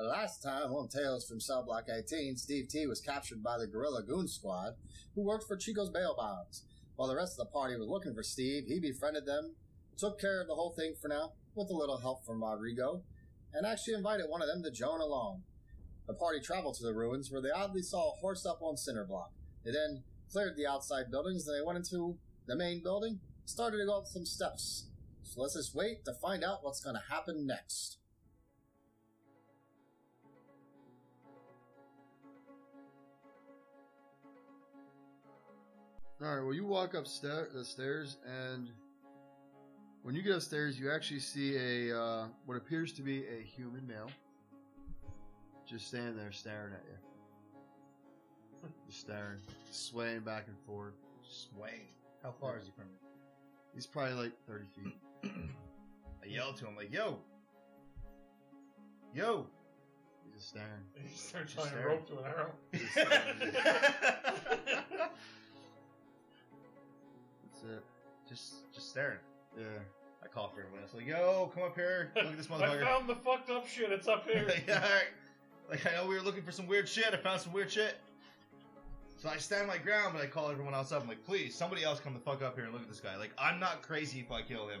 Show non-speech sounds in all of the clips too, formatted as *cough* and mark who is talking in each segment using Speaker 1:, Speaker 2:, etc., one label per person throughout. Speaker 1: Last time on Tales from Cell Block 18, Steve T was captured by the Gorilla Goon Squad, who worked for Chico's bail bonds. While the rest of the party was looking for Steve, he befriended them, took care of the whole thing for now, with a little help from Rodrigo, and actually invited one of them to join along. The party traveled to the ruins, where they oddly saw a horse up on Cinder Block. They then cleared the outside buildings, and they went into the main building, started to go up some steps. So let's just wait to find out what's going to happen next.
Speaker 2: All right. Well, you walk up sta- the stairs, and when you get upstairs, you actually see a uh, what appears to be a human male just standing there staring at you. Just staring, swaying back and forth.
Speaker 3: Sway. How far is he from me?
Speaker 2: He's probably like 30 feet.
Speaker 3: *clears throat* I yelled to him like, "Yo, yo!"
Speaker 2: He's just
Speaker 3: *laughs*
Speaker 2: staring.
Speaker 4: And he starts tying a
Speaker 3: Sure.
Speaker 4: rope to an
Speaker 3: *laughs*
Speaker 4: arrow.
Speaker 2: That's it.
Speaker 3: just, just staring.
Speaker 2: Yeah.
Speaker 3: I called for everyone. I was like, "Yo, come up here! Look at this
Speaker 4: *laughs* I
Speaker 3: motherfucker!"
Speaker 4: found the fucked up shit. It's up
Speaker 3: *laughs*
Speaker 4: here.
Speaker 3: like, all right. Like I know we were looking for some weird shit. I found some weird shit. So I stand my ground, but I call everyone else up. I'm like, "Please, somebody else come the fuck up here and look at this guy. Like, I'm not crazy if I kill him."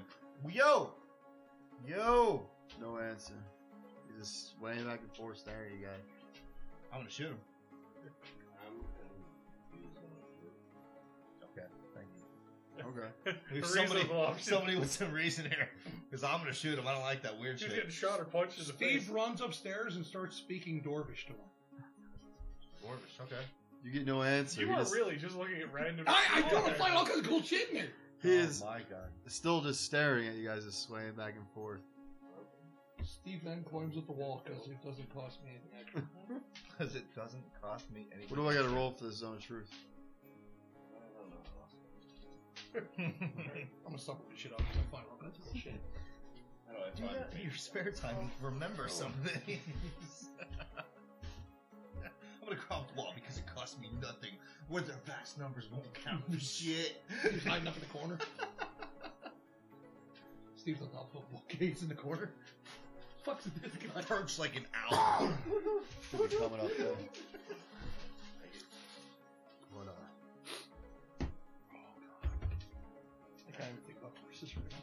Speaker 3: Yo, yo,
Speaker 2: No answer. He's just swaying back and forth staring at you guys.
Speaker 3: I'm gonna shoot him.
Speaker 5: I'm confused on
Speaker 3: Okay, thank you.
Speaker 2: Okay. *laughs*
Speaker 3: There's
Speaker 4: Reasonable
Speaker 3: somebody,
Speaker 4: option.
Speaker 3: somebody with some reason here, because I'm gonna shoot him. I don't like that weird
Speaker 4: He's
Speaker 3: shit.
Speaker 4: getting shot or punched in the
Speaker 6: Steve
Speaker 4: face.
Speaker 6: runs upstairs and starts speaking Dorvish to him.
Speaker 3: Dwarvish, okay.
Speaker 2: You get no answer.
Speaker 4: You
Speaker 2: He
Speaker 4: are
Speaker 2: just-
Speaker 4: really just looking at random.
Speaker 6: I, I
Speaker 4: people
Speaker 6: told
Speaker 4: there.
Speaker 6: him find all kinds of cool shit in there.
Speaker 2: He is
Speaker 3: Oh my god.
Speaker 2: still just staring at you guys, just swaying back and forth.
Speaker 6: Steve then climbs up the wall because it doesn't cost me anything extra.
Speaker 3: Because it doesn't cost me anything.
Speaker 2: What do I got to roll for the zone of truth?
Speaker 5: here. I don't know.
Speaker 6: I'm gonna stop this shit up because I find all kinds of cool shit.
Speaker 5: How do I
Speaker 3: Do
Speaker 5: find
Speaker 3: that in your spare time.
Speaker 4: Oh.
Speaker 3: Remember something. *laughs* I'm gonna crawl up the wall because it cost me nothing. Where their vast numbers won't count for shit.
Speaker 6: He's hiding up in the *laughs* corner. Steve's on top of a bookcase in the corner. Fuck's this guy?
Speaker 3: Perch like an owl.
Speaker 2: Could be coming up there. What uh,
Speaker 6: I can't even think about horses right now.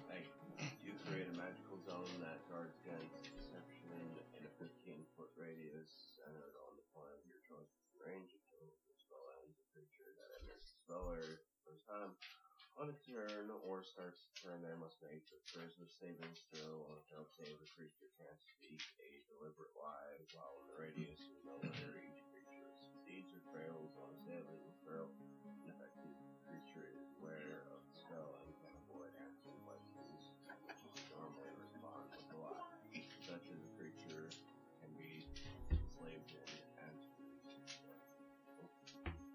Speaker 5: Hey, you create a magical zone that guards against deception in a 15 foot radius centered on the plan of your choice. Range of tools to spell out the creature that enters the speller first time. On its turn or starts to turn, there must make a charisma saving throw on a failed save. The creature can't speak a deliberate lie while in the radius of nowhere each creature succeeds or fails on a saving throw. An effective creature is aware of the spell and can avoid answering questions which is normally respond with a lie. Such as a creature can be enslaved in and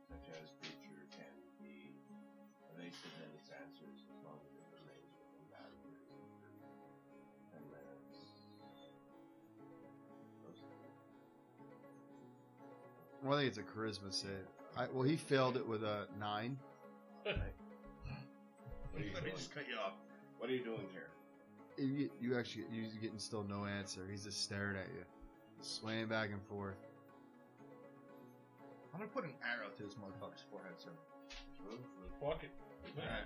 Speaker 5: such as creature can be evasive in its answers as long as it remains within boundaries for ten minutes.
Speaker 2: well, I think it's a charisma save. I, well, he failed it with a nine.
Speaker 5: What are you
Speaker 3: Let me
Speaker 5: doing?
Speaker 3: just cut you off.
Speaker 5: What are you doing here?
Speaker 2: You, get- you actually you getting still no answer. He's just staring at you, swaying back and forth.
Speaker 3: I'm gonna put an arrow through this motherfucker's forehead, so.
Speaker 4: Fuck it.
Speaker 3: Alright.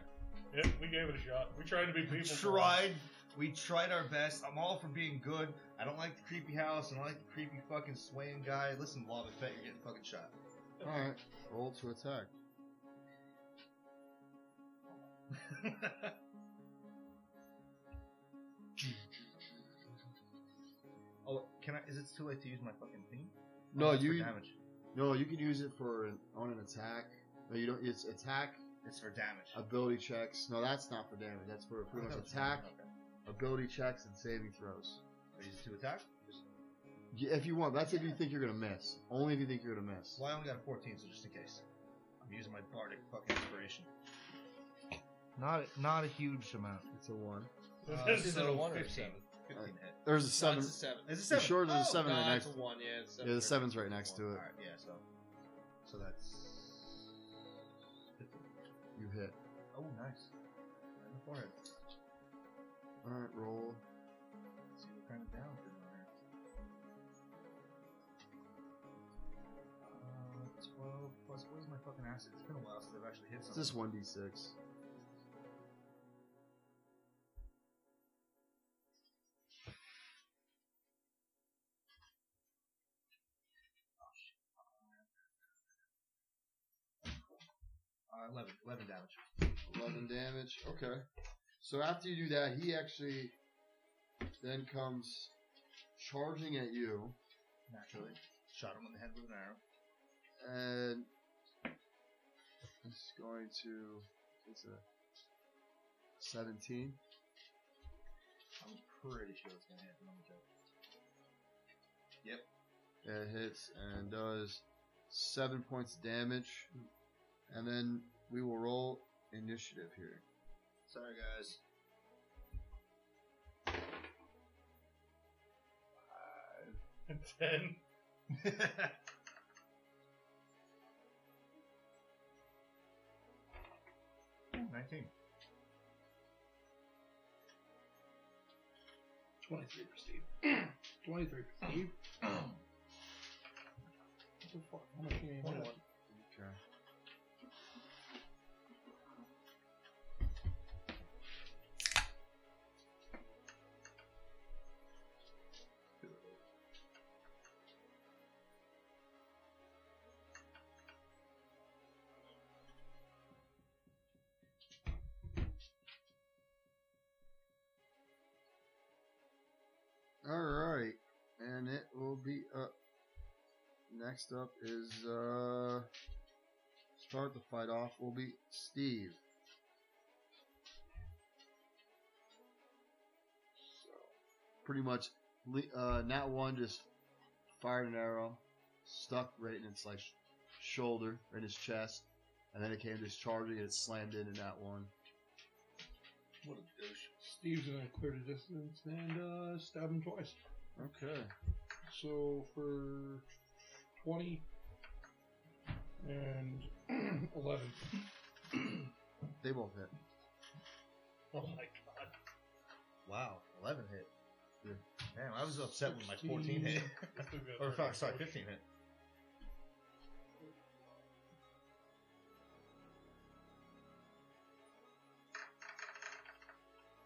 Speaker 4: Yeah, we gave it a shot. We tried to be people. for *laughs*
Speaker 3: tried. We tried our best. I'm all for being good. I don't like the creepy house. I don't like the creepy fucking swaying guy. Listen, Lava Fett, you're getting fucking shot.
Speaker 2: All right, roll to attack.
Speaker 3: oh, can I? Is it too late to use my fucking thing?
Speaker 2: No,
Speaker 3: Oh, it's for
Speaker 2: you
Speaker 3: damage.
Speaker 2: no you can use it for an, on an attack. No, you don't. It's attack
Speaker 3: It's for damage.
Speaker 2: ability checks. No, that's not for damage. That's for pretty much attack
Speaker 3: Okay.
Speaker 2: ability checks and saving throws.
Speaker 3: I Use it to attack.
Speaker 2: Y- If you want, that's if you think you're gonna miss. Only if you think you're gonna miss.
Speaker 3: Well, I only got a 14, so just in case. I'm using my bardic fucking inspiration. Not a, not a huge amount.
Speaker 2: It's a one.
Speaker 4: This
Speaker 3: Uh,
Speaker 4: is
Speaker 3: so
Speaker 7: a one or a
Speaker 3: 15,
Speaker 7: seven?
Speaker 3: 15 hit.
Speaker 2: There's a
Speaker 7: No,
Speaker 2: seven.
Speaker 7: it's a seven.
Speaker 3: Is it
Speaker 2: You
Speaker 3: seven? Oh,
Speaker 2: sure there's a seven
Speaker 7: no,
Speaker 2: right
Speaker 7: it's
Speaker 2: next?
Speaker 7: a one. Yeah, it's seven.
Speaker 2: Yeah, the seven's right next to it.
Speaker 3: Alright, yeah, so. So that's. 15.
Speaker 2: You hit.
Speaker 3: Oh, nice. Right in the forehead.
Speaker 2: All right, roll.
Speaker 3: Let's see what kind of damage is on there. Uh,
Speaker 8: acid. It's been a while since I've actually hit
Speaker 3: It's
Speaker 8: something.
Speaker 3: just one d six.
Speaker 8: Uh, 11, 11 damage.
Speaker 3: 11 damage. Okay. So after you do that, he actually then comes charging at you,
Speaker 8: Naturally. Shot him in the head with an arrow.
Speaker 3: and he's going to. It's a 17.
Speaker 8: I'm pretty sure it's gonna hit. Let me check.
Speaker 3: It hits and does 7 points of damage. And then we will roll initiative here.
Speaker 8: Sorry, guys.
Speaker 4: *laughs* Ten.
Speaker 8: Ooh, 19.
Speaker 6: 23 for Steve. *clears throat* 23 for Steve. What the fuck? How much can you handle?
Speaker 3: Okay. All right, and it will be up. Next up is uh, start the fight off will be Steve. So, pretty much, le- uh, not one just fired an arrow, stuck right in its like sh- shoulder, right in his chest, and then it came just charging and it slammed in in that one.
Speaker 6: What a douche. Steve's gonna clear the distance and uh, stab him twice.
Speaker 3: Okay.
Speaker 6: So for 20 and *clears throat* 11.
Speaker 3: They both hit.
Speaker 4: *laughs* Oh my god.
Speaker 8: Wow, 11 hit.
Speaker 3: Yeah.
Speaker 8: Man, I was upset when my 14
Speaker 6: *laughs*
Speaker 8: hit.
Speaker 4: That's still good.
Speaker 8: or, fuck, sorry, 15 hit.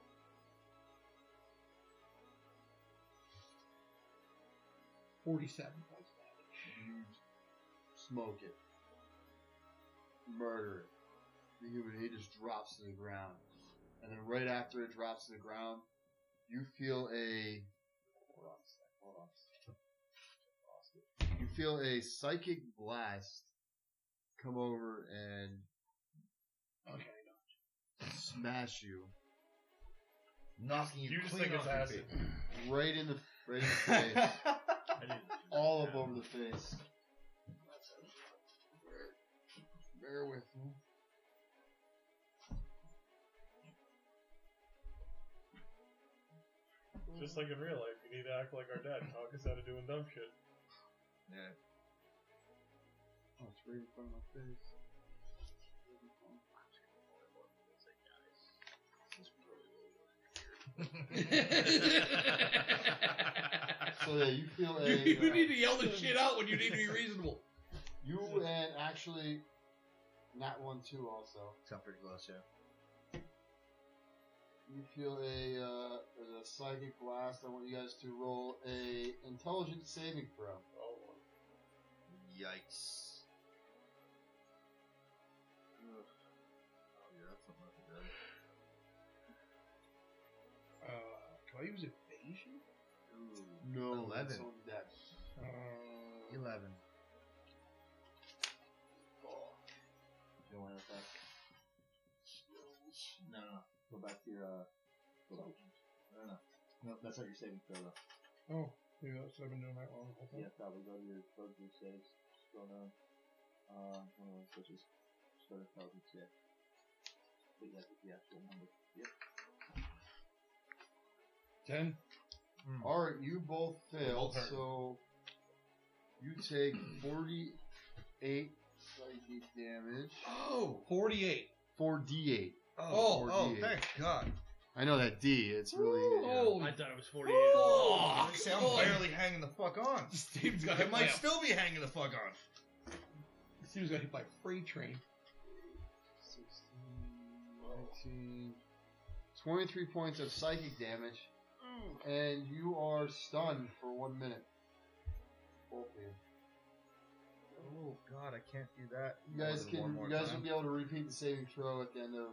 Speaker 6: *laughs* Forty-seven points of
Speaker 3: You smoke it, murder it. The human, he just drops to the ground. And then right after it drops to the ground, you feel a. Hold on a sec, hold on a sec. Lost it. You feel a psychic blast come over and
Speaker 6: damage. Okay.
Speaker 3: smash you
Speaker 8: Knocking
Speaker 4: You just think it's acid.
Speaker 3: right in the, right in the face.
Speaker 4: I didn't.
Speaker 3: All up over the face.
Speaker 6: Bear with me.
Speaker 4: Just like in real life, you need to act like our dad. Talk us out of doing dumb shit.
Speaker 8: yeah.
Speaker 3: Oh, it's right in front of my face. So yeah, you feel a.
Speaker 6: you,
Speaker 3: uh,
Speaker 6: you need to yell this shit out when you need to be reasonable.
Speaker 3: You and actually, not one too. Also,
Speaker 8: Sound pretty close, yeah.
Speaker 3: you feel a uh, a psychic blast. I want you guys to roll a intelligence saving throw.
Speaker 4: Oh,
Speaker 8: Yikes. Ugh. Oh, yeah, that's not looking good.
Speaker 6: Uh, can I use evasion?
Speaker 3: No,
Speaker 8: Eleven.
Speaker 3: that's only that.
Speaker 6: Uh,
Speaker 8: 11.
Speaker 3: You don't want to attack. No, no, no. Go back to your. Uh, go back. No, no, no. That's not your saving throw. Though.
Speaker 6: oh, yeah, that's what I've been doing that wrong. the whole time.
Speaker 5: Yeah, probably go to your go to your saves. Go down. Uh, one of those switches. Just go to intelligence, yeah. But yeah, that's the actual number.
Speaker 6: Ten.
Speaker 3: All right, you both failed,
Speaker 8: Both hurt.
Speaker 3: so you take forty-eight psychic damage.
Speaker 6: Oh, 48.
Speaker 3: Four D eight.
Speaker 8: Oh,
Speaker 3: Oh,
Speaker 8: oh,
Speaker 3: 48.
Speaker 8: thank God.
Speaker 3: I know that D. It's really.
Speaker 6: Ooh,
Speaker 3: yeah.
Speaker 6: holy
Speaker 7: I thought it was 48.
Speaker 6: Oh,
Speaker 8: Like I said, I'm barely hanging the fuck on.
Speaker 6: Steve's got
Speaker 8: It
Speaker 6: it.
Speaker 8: might still be hanging the fuck on.
Speaker 6: He was got hit by a freight train.
Speaker 3: 19, 23 points of psychic damage, and you are stunned for one minute. Both of you.
Speaker 8: Oh god, I can't do that.
Speaker 3: You guys
Speaker 8: More than
Speaker 3: can.
Speaker 8: one more
Speaker 3: You guys
Speaker 8: time.
Speaker 3: will be able to repeat the saving throw at the end of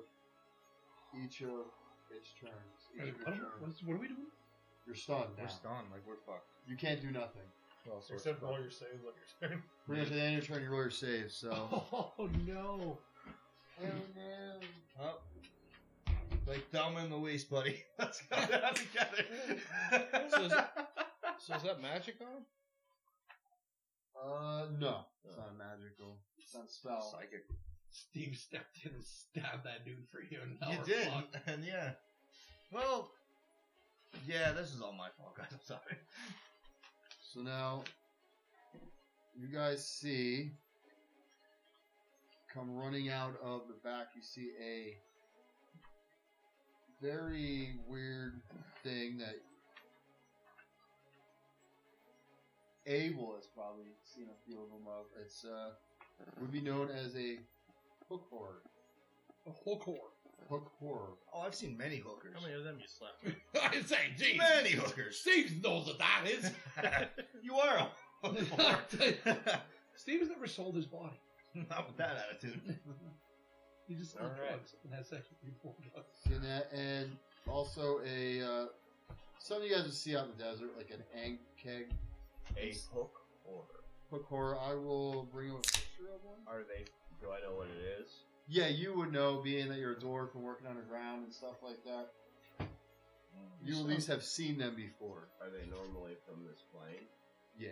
Speaker 3: each of its turns. Each
Speaker 6: Wait,
Speaker 3: of your
Speaker 6: What,
Speaker 3: turns.
Speaker 6: what's- what are we doing?
Speaker 3: You're stunned now.
Speaker 8: We're stunned, like we're fucked.
Speaker 3: You can't do nothing.
Speaker 8: Well, so we're
Speaker 4: Except for all
Speaker 8: fucked.
Speaker 4: your saves on your *laughs* turn.
Speaker 3: Pretty much at the end of your turn, you roll your save.
Speaker 6: *laughs*
Speaker 3: So
Speaker 6: Oh no!
Speaker 8: Oh. Like Thelma and
Speaker 3: *laughs*
Speaker 8: Louise, buddy. Let's go down together.
Speaker 7: So is it- So is that magic on?
Speaker 3: Uh, no.
Speaker 8: Oh.
Speaker 3: It's not magical. It's not a spell.
Speaker 8: Psychic.
Speaker 6: Steve stepped in and stabbed that dude for you. and now
Speaker 8: You
Speaker 6: we're
Speaker 8: did,
Speaker 6: fucked.
Speaker 8: *laughs* and yeah. Well, yeah, this is all my fault, guys. I'm sorry.
Speaker 3: So now, you guys see, come running out of the back, you see a very weird thing that Abel has probably seen a few of them of. It's, uh, would be known as a hook horror.
Speaker 6: A whole core. *laughs*
Speaker 3: Hook horror.
Speaker 8: Oh, I've seen many hookers.
Speaker 7: How many of them you slapped?
Speaker 6: I say, geez,
Speaker 8: Many hookers.
Speaker 3: *laughs*
Speaker 8: *laughs*
Speaker 6: Steve knows what that is.
Speaker 8: you are a hooker.
Speaker 6: Steve's never sold his body. *laughs*
Speaker 8: *laughs* Not with that attitude.
Speaker 6: He just sells
Speaker 7: All right.
Speaker 6: drugs and has sex with people. who do drugs.
Speaker 3: And that, and also a uh, some of you guys will see out in the desert, like an ang keg
Speaker 5: A hook or
Speaker 3: hook horror. I will bring you a picture of one.
Speaker 5: are they? Do I know what it is?
Speaker 3: Yeah, you would know, being that you're a dwarf and working underground and stuff like that. You at least have seen them before.
Speaker 5: Are they normally from this plane?
Speaker 3: Yeah.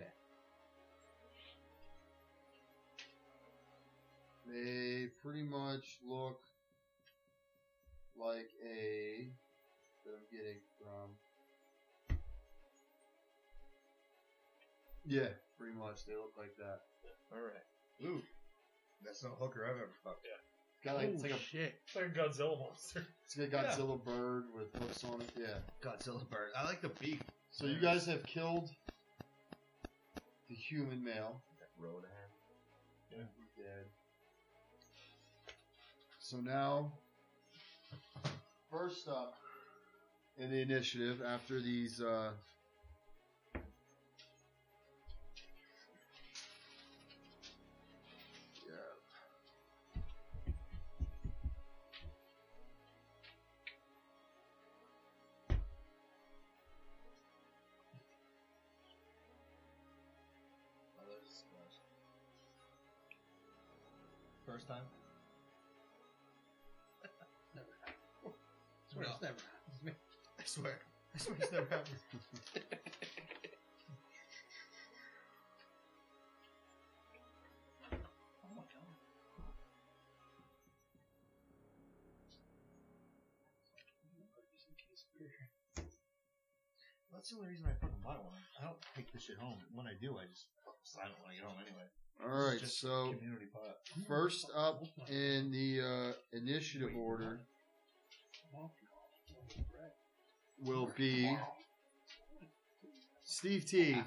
Speaker 3: They pretty much look like a that I'm getting from. Yeah, pretty much. They look like that.
Speaker 8: All right. Ooh, that's not a hooker I've ever fucked.
Speaker 3: It's got like, it's like a
Speaker 7: shit.
Speaker 4: It's like a Godzilla monster.
Speaker 3: it's got a Godzilla bird with hooks on it. Yeah.
Speaker 8: Godzilla bird. I like the beak.
Speaker 3: So you guys have killed the human male.
Speaker 5: That road hand?
Speaker 3: We're dead. So now, first up in the initiative, after these, uh, yeah.
Speaker 8: First time.
Speaker 6: Swear it's
Speaker 8: No.
Speaker 6: never happens. man.
Speaker 8: I swear. I swear it's never happened. oh my god. Well, That's the only reason I fucking buy one. I don't take this shit home. When I do, I just fucking sign it when I get home anyway.
Speaker 3: All right.
Speaker 8: It's just
Speaker 3: So
Speaker 8: community pot.
Speaker 3: first up in the uh, initiative order will be Steve T.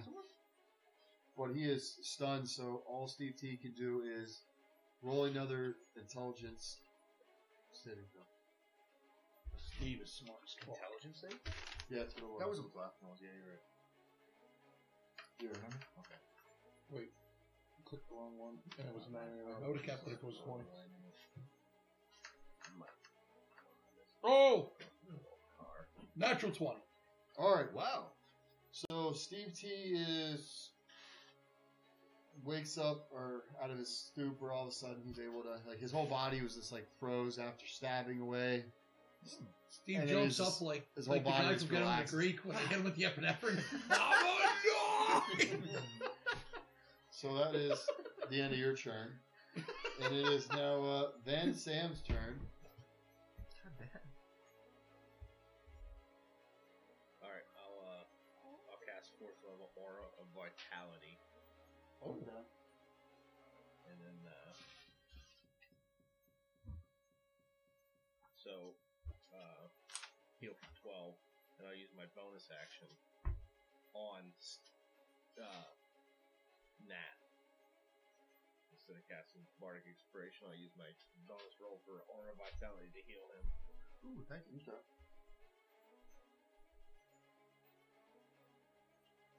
Speaker 3: But he is stunned, so all Steve T can do is roll another intelligence saving throw.
Speaker 6: Steve is smart as fuck.
Speaker 8: Intelligence save?
Speaker 3: Yeah, that's what it was.
Speaker 8: That was a platform. Yeah, you're right.
Speaker 3: Yeah.
Speaker 8: Okay.
Speaker 6: Wait, clicked the wrong one. And it was nine. I would have kept it if it was twenty. Oh, natural twenty.
Speaker 3: All right.
Speaker 8: Wow.
Speaker 3: So Steve T is wakes up or out of his stupor. All of a sudden, he's able to like his whole body was just like froze after stabbing away.
Speaker 6: Steve
Speaker 3: And then
Speaker 6: jumps
Speaker 3: his-
Speaker 6: up like
Speaker 3: his
Speaker 6: like
Speaker 3: whole
Speaker 6: the
Speaker 3: body
Speaker 6: guy
Speaker 3: is
Speaker 6: from Get Him in the
Speaker 3: relaxed.
Speaker 6: Greek when they hit him with the *laughs* epinephrine. I'm
Speaker 3: So that
Speaker 8: *laughs*
Speaker 3: is the end of your turn, and it is now uh, Van Sam's turn.
Speaker 7: All right, I'll uh, I'll cast fourth level aura of vitality,
Speaker 3: Oh,
Speaker 7: and then uh, so uh, heal for twelve, and I'll use my bonus action on uh, Nat. This
Speaker 9: instead of casting Bardic Inspiration, I'll use my bonus roll for Aura Vitality to heal him.
Speaker 3: Ooh, thank you.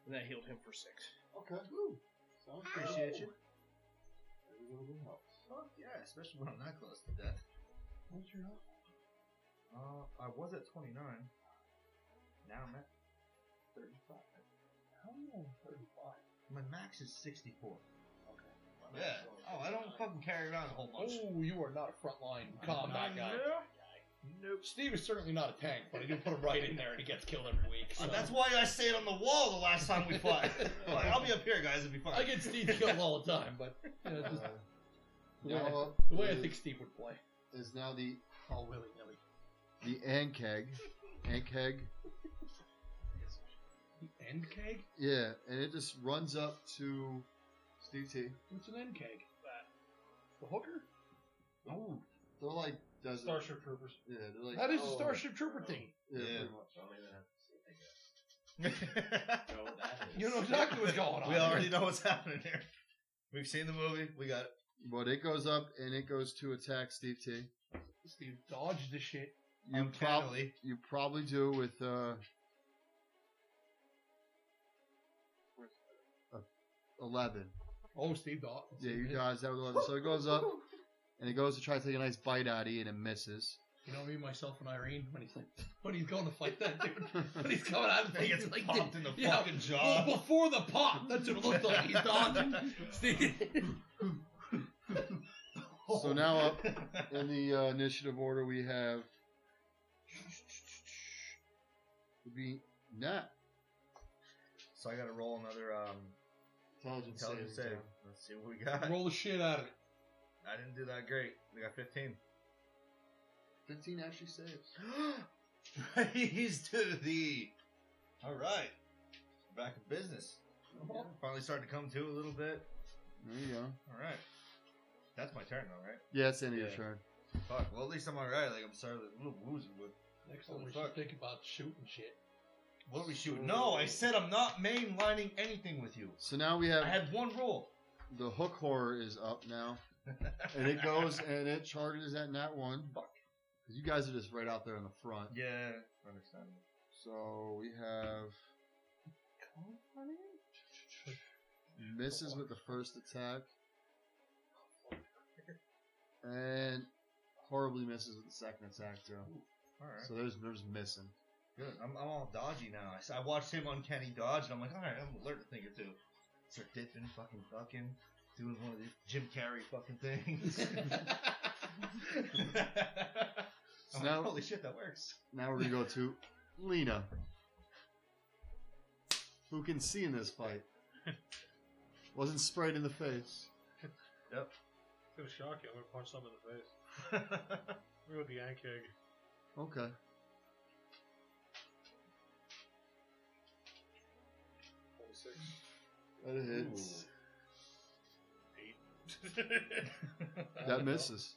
Speaker 9: And that healed him for six.
Speaker 3: Okay. Ooh.
Speaker 6: Sounds
Speaker 3: Appreciate you.
Speaker 6: Every little bit helps.
Speaker 5: Fuck yeah, especially when I'm that close to death.
Speaker 6: What's your health?
Speaker 5: Uh, I was at 29. Now I'm at 35.
Speaker 6: How am I on 35?
Speaker 5: My max is 64.
Speaker 6: Okay.
Speaker 5: Yeah. Oh, I don't fucking carry around a whole bunch.
Speaker 6: Oh, you are not a frontline combat guy.
Speaker 5: Nope.
Speaker 6: Steve is certainly not a tank, but I do put him right in there and he gets killed every week. So.
Speaker 5: Uh, that's why I stayed on the wall the last time we *laughs* fought. like, I'll be up here, guys. It'll be
Speaker 6: *laughs*
Speaker 5: fine.
Speaker 6: I get Steve killed all the time, but you know, just
Speaker 3: Uh,
Speaker 6: the, way I,
Speaker 3: Nala
Speaker 6: the way I
Speaker 3: is-
Speaker 6: think Steve would play.
Speaker 3: is now the
Speaker 6: Uh, All willy nilly.
Speaker 3: the Ankeg. Ankeg.
Speaker 6: The end keg?
Speaker 3: Yeah, and it just runs up to Steve T.
Speaker 6: What's an end keg? The hooker?
Speaker 3: Ooh. They're like desert.
Speaker 4: Starship Troopers.
Speaker 3: Yeah, they're like.
Speaker 6: That is a
Speaker 3: oh,
Speaker 6: Starship Trooper thing.
Speaker 3: Yeah,
Speaker 5: Yeah.
Speaker 10: I'm gonna
Speaker 3: pretty much.
Speaker 10: have to see if I guess.
Speaker 5: we *laughs*
Speaker 10: No, that is.
Speaker 6: You know exactly what's
Speaker 3: *laughs*
Speaker 6: going on.
Speaker 5: already know what's happening here. We've seen the movie. We got it.
Speaker 3: But it goes up and it goes to attack Steve T.
Speaker 6: *laughs* Steve dodged the shit.
Speaker 3: You
Speaker 5: Um,
Speaker 3: probably
Speaker 5: Uncannily.
Speaker 3: you probably do with uh, a- eleven.
Speaker 6: Oh, Steve dodged.
Speaker 3: Yeah, you dodged that with eleven. So it goes up and it goes to try to take a nice bite out of you and it misses.
Speaker 6: You know me, myself, and Irene when he's like, when he's going to fight that
Speaker 3: *laughs*
Speaker 6: dude, when he's coming out and
Speaker 5: *laughs* He
Speaker 6: he's
Speaker 5: gets
Speaker 6: like,
Speaker 5: popped in the
Speaker 6: yeah,
Speaker 5: fucking
Speaker 6: well,
Speaker 5: jaw.
Speaker 6: before the pop, that's what it looked like. He's dodging.
Speaker 3: *laughs*
Speaker 6: Steve.
Speaker 5: Oh.
Speaker 3: So now
Speaker 5: *laughs*
Speaker 3: up in the uh, initiative order we have would be Nat.
Speaker 5: *laughs* So I gotta roll another um,
Speaker 3: Intelligence,
Speaker 5: intelligence save.
Speaker 3: saving
Speaker 5: Let's see what we got.
Speaker 6: Roll the shit out of it.
Speaker 5: I didn't do that great. We got *laughs* 15.
Speaker 3: throw. Fifteen actually saves.
Speaker 5: Praise to thee. All right. Back in business. Finally starting to come to a little bit.
Speaker 3: There you go.
Speaker 5: All right. That's my turn, though, right?
Speaker 3: Yeah, it's the end of
Speaker 5: Yeah.
Speaker 3: your turn.
Speaker 5: Fuck. Well, at least I'm all right. Like, I'm starting a little woozy with.
Speaker 6: Next
Speaker 5: Oh,
Speaker 6: time we
Speaker 5: fuck.
Speaker 6: should think about shooting shit.
Speaker 5: What are we shooting? No, I said I'm not mainlining anything with you.
Speaker 3: So now we
Speaker 5: I
Speaker 3: have
Speaker 5: had one roll.
Speaker 3: the hook horror is up now. and it goes and it charges at Nat one.
Speaker 5: Fuck.
Speaker 3: Because you guys are just right out there in the front.
Speaker 5: Yeah, understandable.
Speaker 3: So we have misses with the first attack, and horribly misses with the second attack too.
Speaker 5: All right.
Speaker 3: So there's there's missing.
Speaker 5: Good. I'm, I'm all dodgy now. I, s- I watched him on Kenny Dodge, and I'm like, all right, I'm alert a thing or two. Start dipping, fucking, fucking, doing one of these Jim Carrey fucking
Speaker 8: *laughs*
Speaker 5: things.
Speaker 3: So
Speaker 5: I'm like,
Speaker 3: now
Speaker 5: holy shit, that works.
Speaker 3: now we're gonna go to Lena, who can see in this fight. Wasn't sprayed in the face.
Speaker 4: It's gonna shock you. I'm gonna punch something in the face. *laughs* We go with the Yank Egg.
Speaker 3: Okay. That hits. That misses.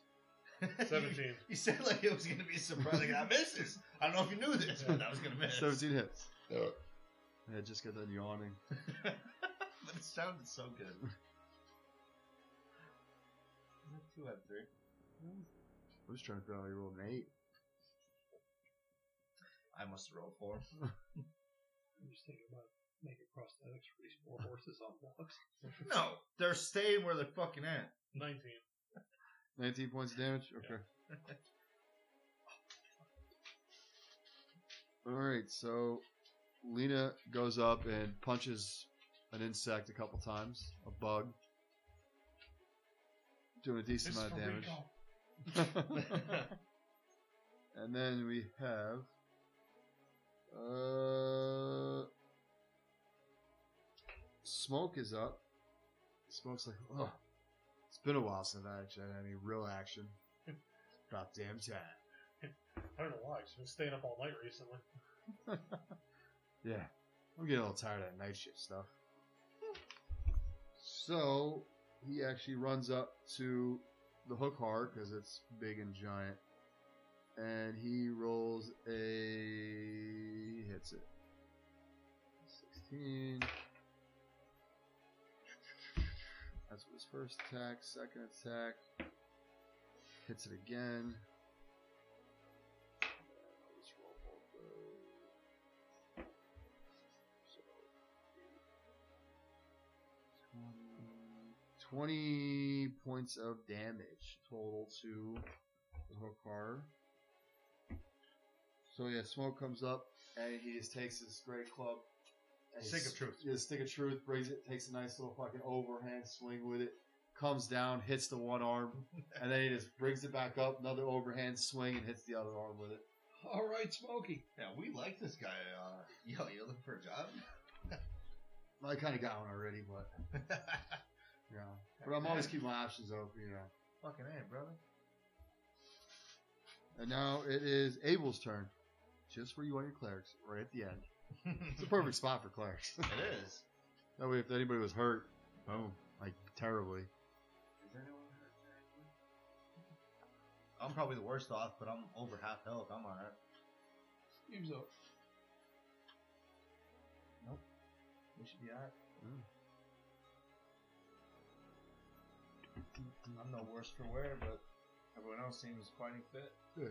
Speaker 4: *laughs* Seventeen.
Speaker 5: You said like it was gonna be surprising. I missed this. I don't know if you knew this, but I was gonna miss.
Speaker 3: Seventeen hits. Yeah, just got that yawning.
Speaker 5: *laughs* but it sounded so good.
Speaker 3: *laughs*
Speaker 5: Two out of three.
Speaker 3: I was trying to figure out how you rolled an eight.
Speaker 5: I must have rolled four.
Speaker 6: I'm just thinking about making prosthetics for these four horses on blocks.
Speaker 5: No, they're staying where they're fucking at.
Speaker 4: Nineteen.
Speaker 3: 19 points of damage? Okay. *laughs* Alright, so Lena goes up and punches an insect a couple times, a bug. Doing a decent amount of damage. *laughs* and then we have. Uh, smoke is up. Smoke's like, oh, it's been a while since I actually had any real action. About damn time.
Speaker 4: I don't know why. She's been staying up all night recently.
Speaker 3: Yeah, I'm getting a little tired of that night shift stuff. So he actually runs up to the hook hard because it's big and giant, and he rolls a he hits it. Sixteen. That's with his first attack. Second attack. Hits it again. And I'll just roll both those. So, 20 points of damage total to the Hokar. So yeah, smoke comes up, and he just takes his great club. and
Speaker 8: Stick
Speaker 3: s-
Speaker 8: of truth.
Speaker 3: Yeah, stick of truth. Brings it, takes a nice little fucking overhand swing with it. Comes down, hits the one
Speaker 8: *laughs*
Speaker 3: arm, and then he just brings it back up. Another overhand swing and hits the other arm with it.
Speaker 6: All right, Smokey.
Speaker 8: Yeah, we like this guy. Uh, yo, you're looking for a job?
Speaker 3: I kind of got one already, but *laughs* yeah. But I'm always keeping my options open, you know.
Speaker 8: Fucking
Speaker 5: *laughs*
Speaker 8: A, brother.
Speaker 3: And now it is Abel's turn. Just where you want your clerics, right at the end. It's a *laughs* perfect spot for clerics.
Speaker 8: it is.
Speaker 3: that way, if anybody was hurt, boom, like terribly.
Speaker 5: Is anyone hurt there?
Speaker 8: I'm probably the worst off, but I'm over half health. I'm alright.
Speaker 6: Steve's up.
Speaker 8: We should be alright. I'm no worse for wear, but everyone else seems fighting fit.
Speaker 3: Yeah.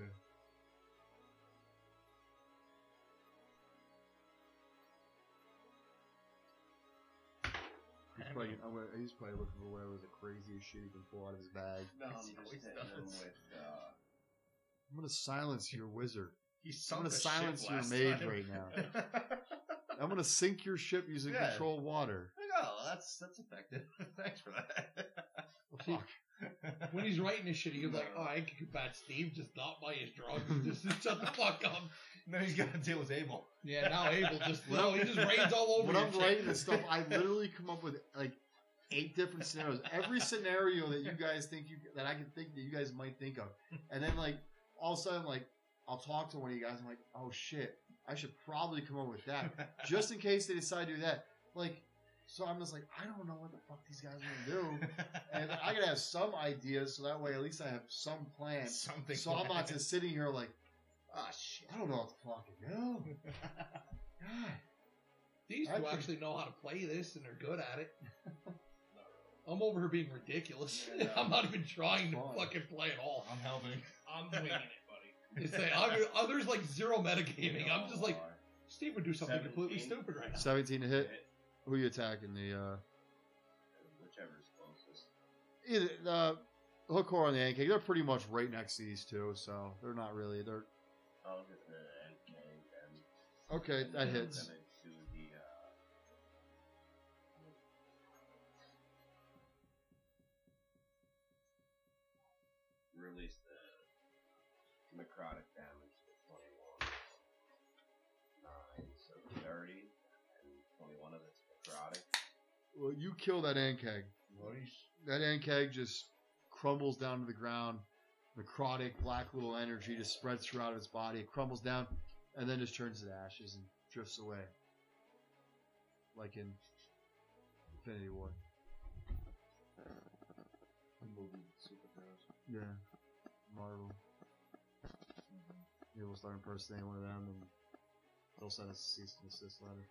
Speaker 3: He's probably, I'm gonna- he's probably looking for whatever the craziest shit he can pull out of his bag.
Speaker 5: No, I'm
Speaker 8: Yes, he
Speaker 5: just
Speaker 8: always
Speaker 5: hitting
Speaker 8: does.
Speaker 5: them with, uh,
Speaker 3: I'm gonna silence your wizard.
Speaker 8: He
Speaker 3: I'm
Speaker 8: sunk
Speaker 3: gonna
Speaker 8: a ship
Speaker 3: silence your
Speaker 8: last
Speaker 3: mage
Speaker 8: time.
Speaker 3: right now.
Speaker 8: *laughs* I
Speaker 3: I'm gonna sink your ship using
Speaker 8: Yeah.
Speaker 3: control water.
Speaker 5: oh,
Speaker 8: know that's
Speaker 5: *laughs*
Speaker 8: that's effective. Thanks for *laughs* that.
Speaker 3: Fuck.
Speaker 6: When he's writing this shit, he goes like,
Speaker 5: No.
Speaker 6: "Oh, I can combat Steve, just not by his drugs. *laughs* just shut the fuck up."
Speaker 8: And then he's got to deal with Abel.
Speaker 6: Yeah, now Abel just no, he just rains all
Speaker 8: *laughs*
Speaker 6: over.
Speaker 3: When
Speaker 6: your
Speaker 3: I'm
Speaker 6: shit. *laughs*
Speaker 3: writing this stuff, I literally come up with like eight different scenarios. Every scenario that you guys think you that I can think that you guys might think of, and then like all of a sudden, like I'll talk to one of you guys. I'm like, oh shit, I should probably come up with that just in case they decide to do that. Like, so I'm just like, I don't know what the fuck these guys are gonna do, and I gotta have some ideas so that way at least I have some plan.
Speaker 8: something.
Speaker 3: So I'm not just sitting here like,
Speaker 8: ah shit.
Speaker 3: I don't know what to fucking do. God.
Speaker 6: These two
Speaker 3: I can-
Speaker 6: actually know how to play this, and they're good at it. *laughs* I'm over here being ridiculous. *laughs*
Speaker 5: Yeah, no.
Speaker 6: I'm not even trying to
Speaker 3: Fine.
Speaker 6: fucking play at all.
Speaker 8: I'm helping.
Speaker 7: I'm winging it, buddy.
Speaker 6: It's like, I'm, oh, there's like zero metagaming. I'm just like,
Speaker 5: are.
Speaker 6: Steve would do something completely
Speaker 5: 17.
Speaker 6: stupid right now.
Speaker 3: 17 to hit.
Speaker 5: Hit.
Speaker 3: Who you attacking? The uh,
Speaker 5: Whichever's closest.
Speaker 3: either the Hookor and the Ankeg. They're pretty much right next to these two, so they're not really. They're
Speaker 5: I'll hit the NK then.
Speaker 3: okay. That
Speaker 5: And
Speaker 3: hits.
Speaker 5: then I do the, uh, release the necrotic damage to 21. 9, so 30, and 21 of it's necrotic.
Speaker 3: Well, you kill that Ankeg. That Ankeg just crumbles down to the ground. Necrotic, black little energy just spreads throughout its body. It crumbles down, and then just turns to ashes and drifts away, like in Infinity War. Yeah, Marvel. Maybe we'll start impersonating one of them, and they'll send us a cease and desist letter.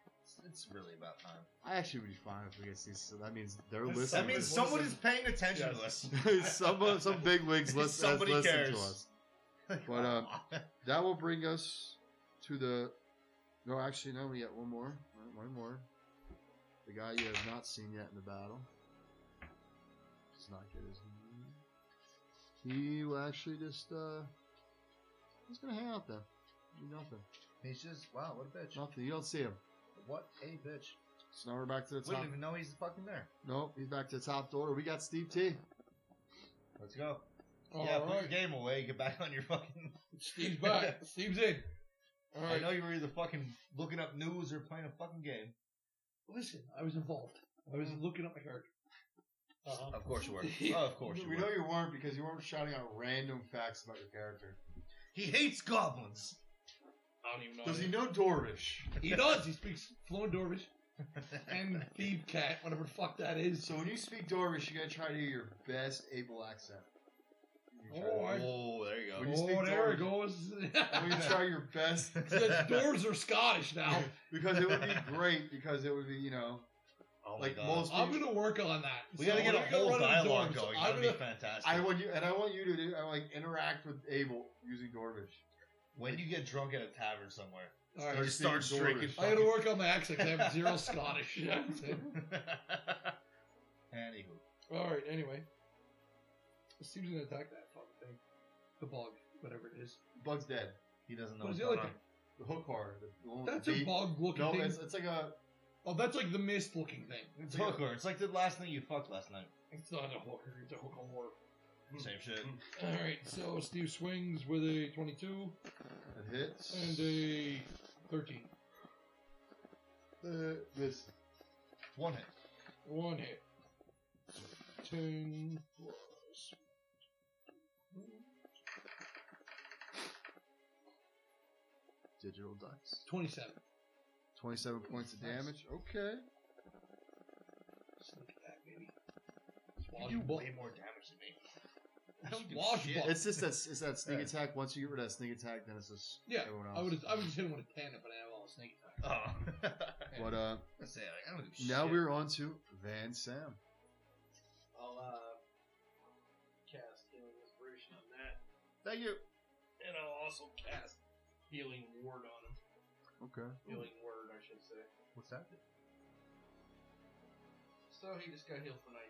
Speaker 8: It's really about time.
Speaker 3: I actually would be fine if we get cease. So that means they're
Speaker 4: That
Speaker 3: listening.
Speaker 8: That means someone is paying attention to us.
Speaker 3: *laughs* some some big
Speaker 8: *laughs*
Speaker 3: wigs listen, has
Speaker 8: Somebody
Speaker 3: listened
Speaker 8: cares.
Speaker 3: to
Speaker 8: *laughs*
Speaker 3: us. But, um, That will bring us to the. No, actually, no. We got one more. One- One more. The guy you have not seen yet in the battle. Does not get his name. He will actually just. uh He's gonna hang out there. Do nothing.
Speaker 8: he's just wow, what a bitch.
Speaker 3: Nothing. You don't see him.
Speaker 8: What a bitch.
Speaker 3: So now we're back to the
Speaker 8: We
Speaker 3: top.
Speaker 8: didn't even know he's fucking there.
Speaker 3: Nope, he's back to the top door. We got Steve T.
Speaker 8: Let's go.
Speaker 6: All
Speaker 8: yeah, put your
Speaker 6: right.
Speaker 8: game away. Get back on your fucking.
Speaker 6: Steve's
Speaker 8: *laughs*
Speaker 6: back. Steve's in. All
Speaker 8: I
Speaker 6: right.
Speaker 8: know you were either fucking looking up news or playing a fucking game.
Speaker 6: Listen, I was involved. I was
Speaker 3: Hmm.
Speaker 6: looking up my card.
Speaker 4: Uh-huh.
Speaker 8: Of course you were. Oh, of course you were.
Speaker 3: you weren't because you weren't shouting out random facts about your character.
Speaker 8: He hates goblins.
Speaker 6: I don't even know.
Speaker 3: Does he know Dorish?
Speaker 6: He does. He speaks
Speaker 3: *laughs*
Speaker 6: fluent Dorvish and Thief Cat, whatever the fuck that is.
Speaker 3: So when you speak Dorish, you gotta try to do your best able accent. You try-
Speaker 6: Oh, I-
Speaker 8: Oh, there you
Speaker 5: *laughs*
Speaker 8: go.
Speaker 3: When you
Speaker 6: oh,
Speaker 3: speak
Speaker 6: there it
Speaker 3: Dorvish-
Speaker 6: goes. *laughs*
Speaker 3: I mean, you try your best
Speaker 6: the doors are Scottish now.
Speaker 3: *laughs* because it would be great because it would be you know
Speaker 5: Oh
Speaker 3: Like
Speaker 5: my god.
Speaker 3: most-
Speaker 6: I'm gonna work on that.
Speaker 5: we gotta
Speaker 6: So
Speaker 5: get a
Speaker 6: when I go
Speaker 5: whole
Speaker 6: run in the
Speaker 5: dialogue
Speaker 6: dorms,
Speaker 5: going.
Speaker 6: I'm
Speaker 5: That'd be
Speaker 6: gonna-
Speaker 5: fantastic.
Speaker 3: I want you, and I want you to do. I like interact with Abel using Dorvish.
Speaker 5: when you get drunk at a tavern somewhere,
Speaker 6: All right.
Speaker 5: you
Speaker 3: Darcy
Speaker 5: start
Speaker 3: Dorvish.
Speaker 5: drinking.
Speaker 6: I gotta work on my accent. 'cause I have zero Scottish accent.
Speaker 5: *laughs*
Speaker 3: *laughs*
Speaker 5: Anywho,
Speaker 6: All right. Anyway, Steve's gonna attack that fucking thing, the bug, whatever it is.
Speaker 3: Bug's dead.
Speaker 5: he doesn't know
Speaker 6: What
Speaker 5: what's
Speaker 6: is the
Speaker 5: going
Speaker 6: other
Speaker 5: on.
Speaker 6: thing?
Speaker 3: The hook horror. The, the one with
Speaker 6: That's
Speaker 3: the
Speaker 6: a
Speaker 3: beak.
Speaker 6: bug looking
Speaker 3: No,
Speaker 6: thing.
Speaker 3: it's, it's like a.
Speaker 6: Oh, that's like the mist looking thing.
Speaker 5: It's hooker. It's like the last thing you fucked last night.
Speaker 6: It's not a hooker. It's a hook horror.
Speaker 5: Same shit.
Speaker 6: All right. So Steve swings with a 22
Speaker 3: It hits.
Speaker 6: and a 13.
Speaker 3: Uh, this
Speaker 5: One hit.
Speaker 6: One hit. 10 plus.
Speaker 3: digital dice.
Speaker 6: 27.
Speaker 3: 27 points of
Speaker 6: Nice.
Speaker 3: damage. Okay.
Speaker 6: Sneak attack, baby.
Speaker 5: You
Speaker 6: Swash
Speaker 5: do
Speaker 6: buck.
Speaker 5: way more damage than me. I don't do
Speaker 6: Swash
Speaker 5: shit.
Speaker 6: buck.
Speaker 3: It's just that it's that sneak
Speaker 5: Yeah.
Speaker 3: attack. Once you get rid of that sneak attack, then it's just
Speaker 6: Yeah,
Speaker 3: everyone else.
Speaker 6: I would I would just hit him with a 10 if I had all snake attack.
Speaker 5: Oh. *laughs*
Speaker 3: But uh,
Speaker 5: That's it, like, I don't do
Speaker 3: now
Speaker 5: shit.
Speaker 3: we're on to Van Sam.
Speaker 4: I'll uh, cast healing inspiration on that,
Speaker 3: Thank you.
Speaker 4: and I'll also cast healing word on him.
Speaker 3: Okay.
Speaker 4: Healing word, I should say.
Speaker 3: What's that?
Speaker 4: So he just got healed for 19.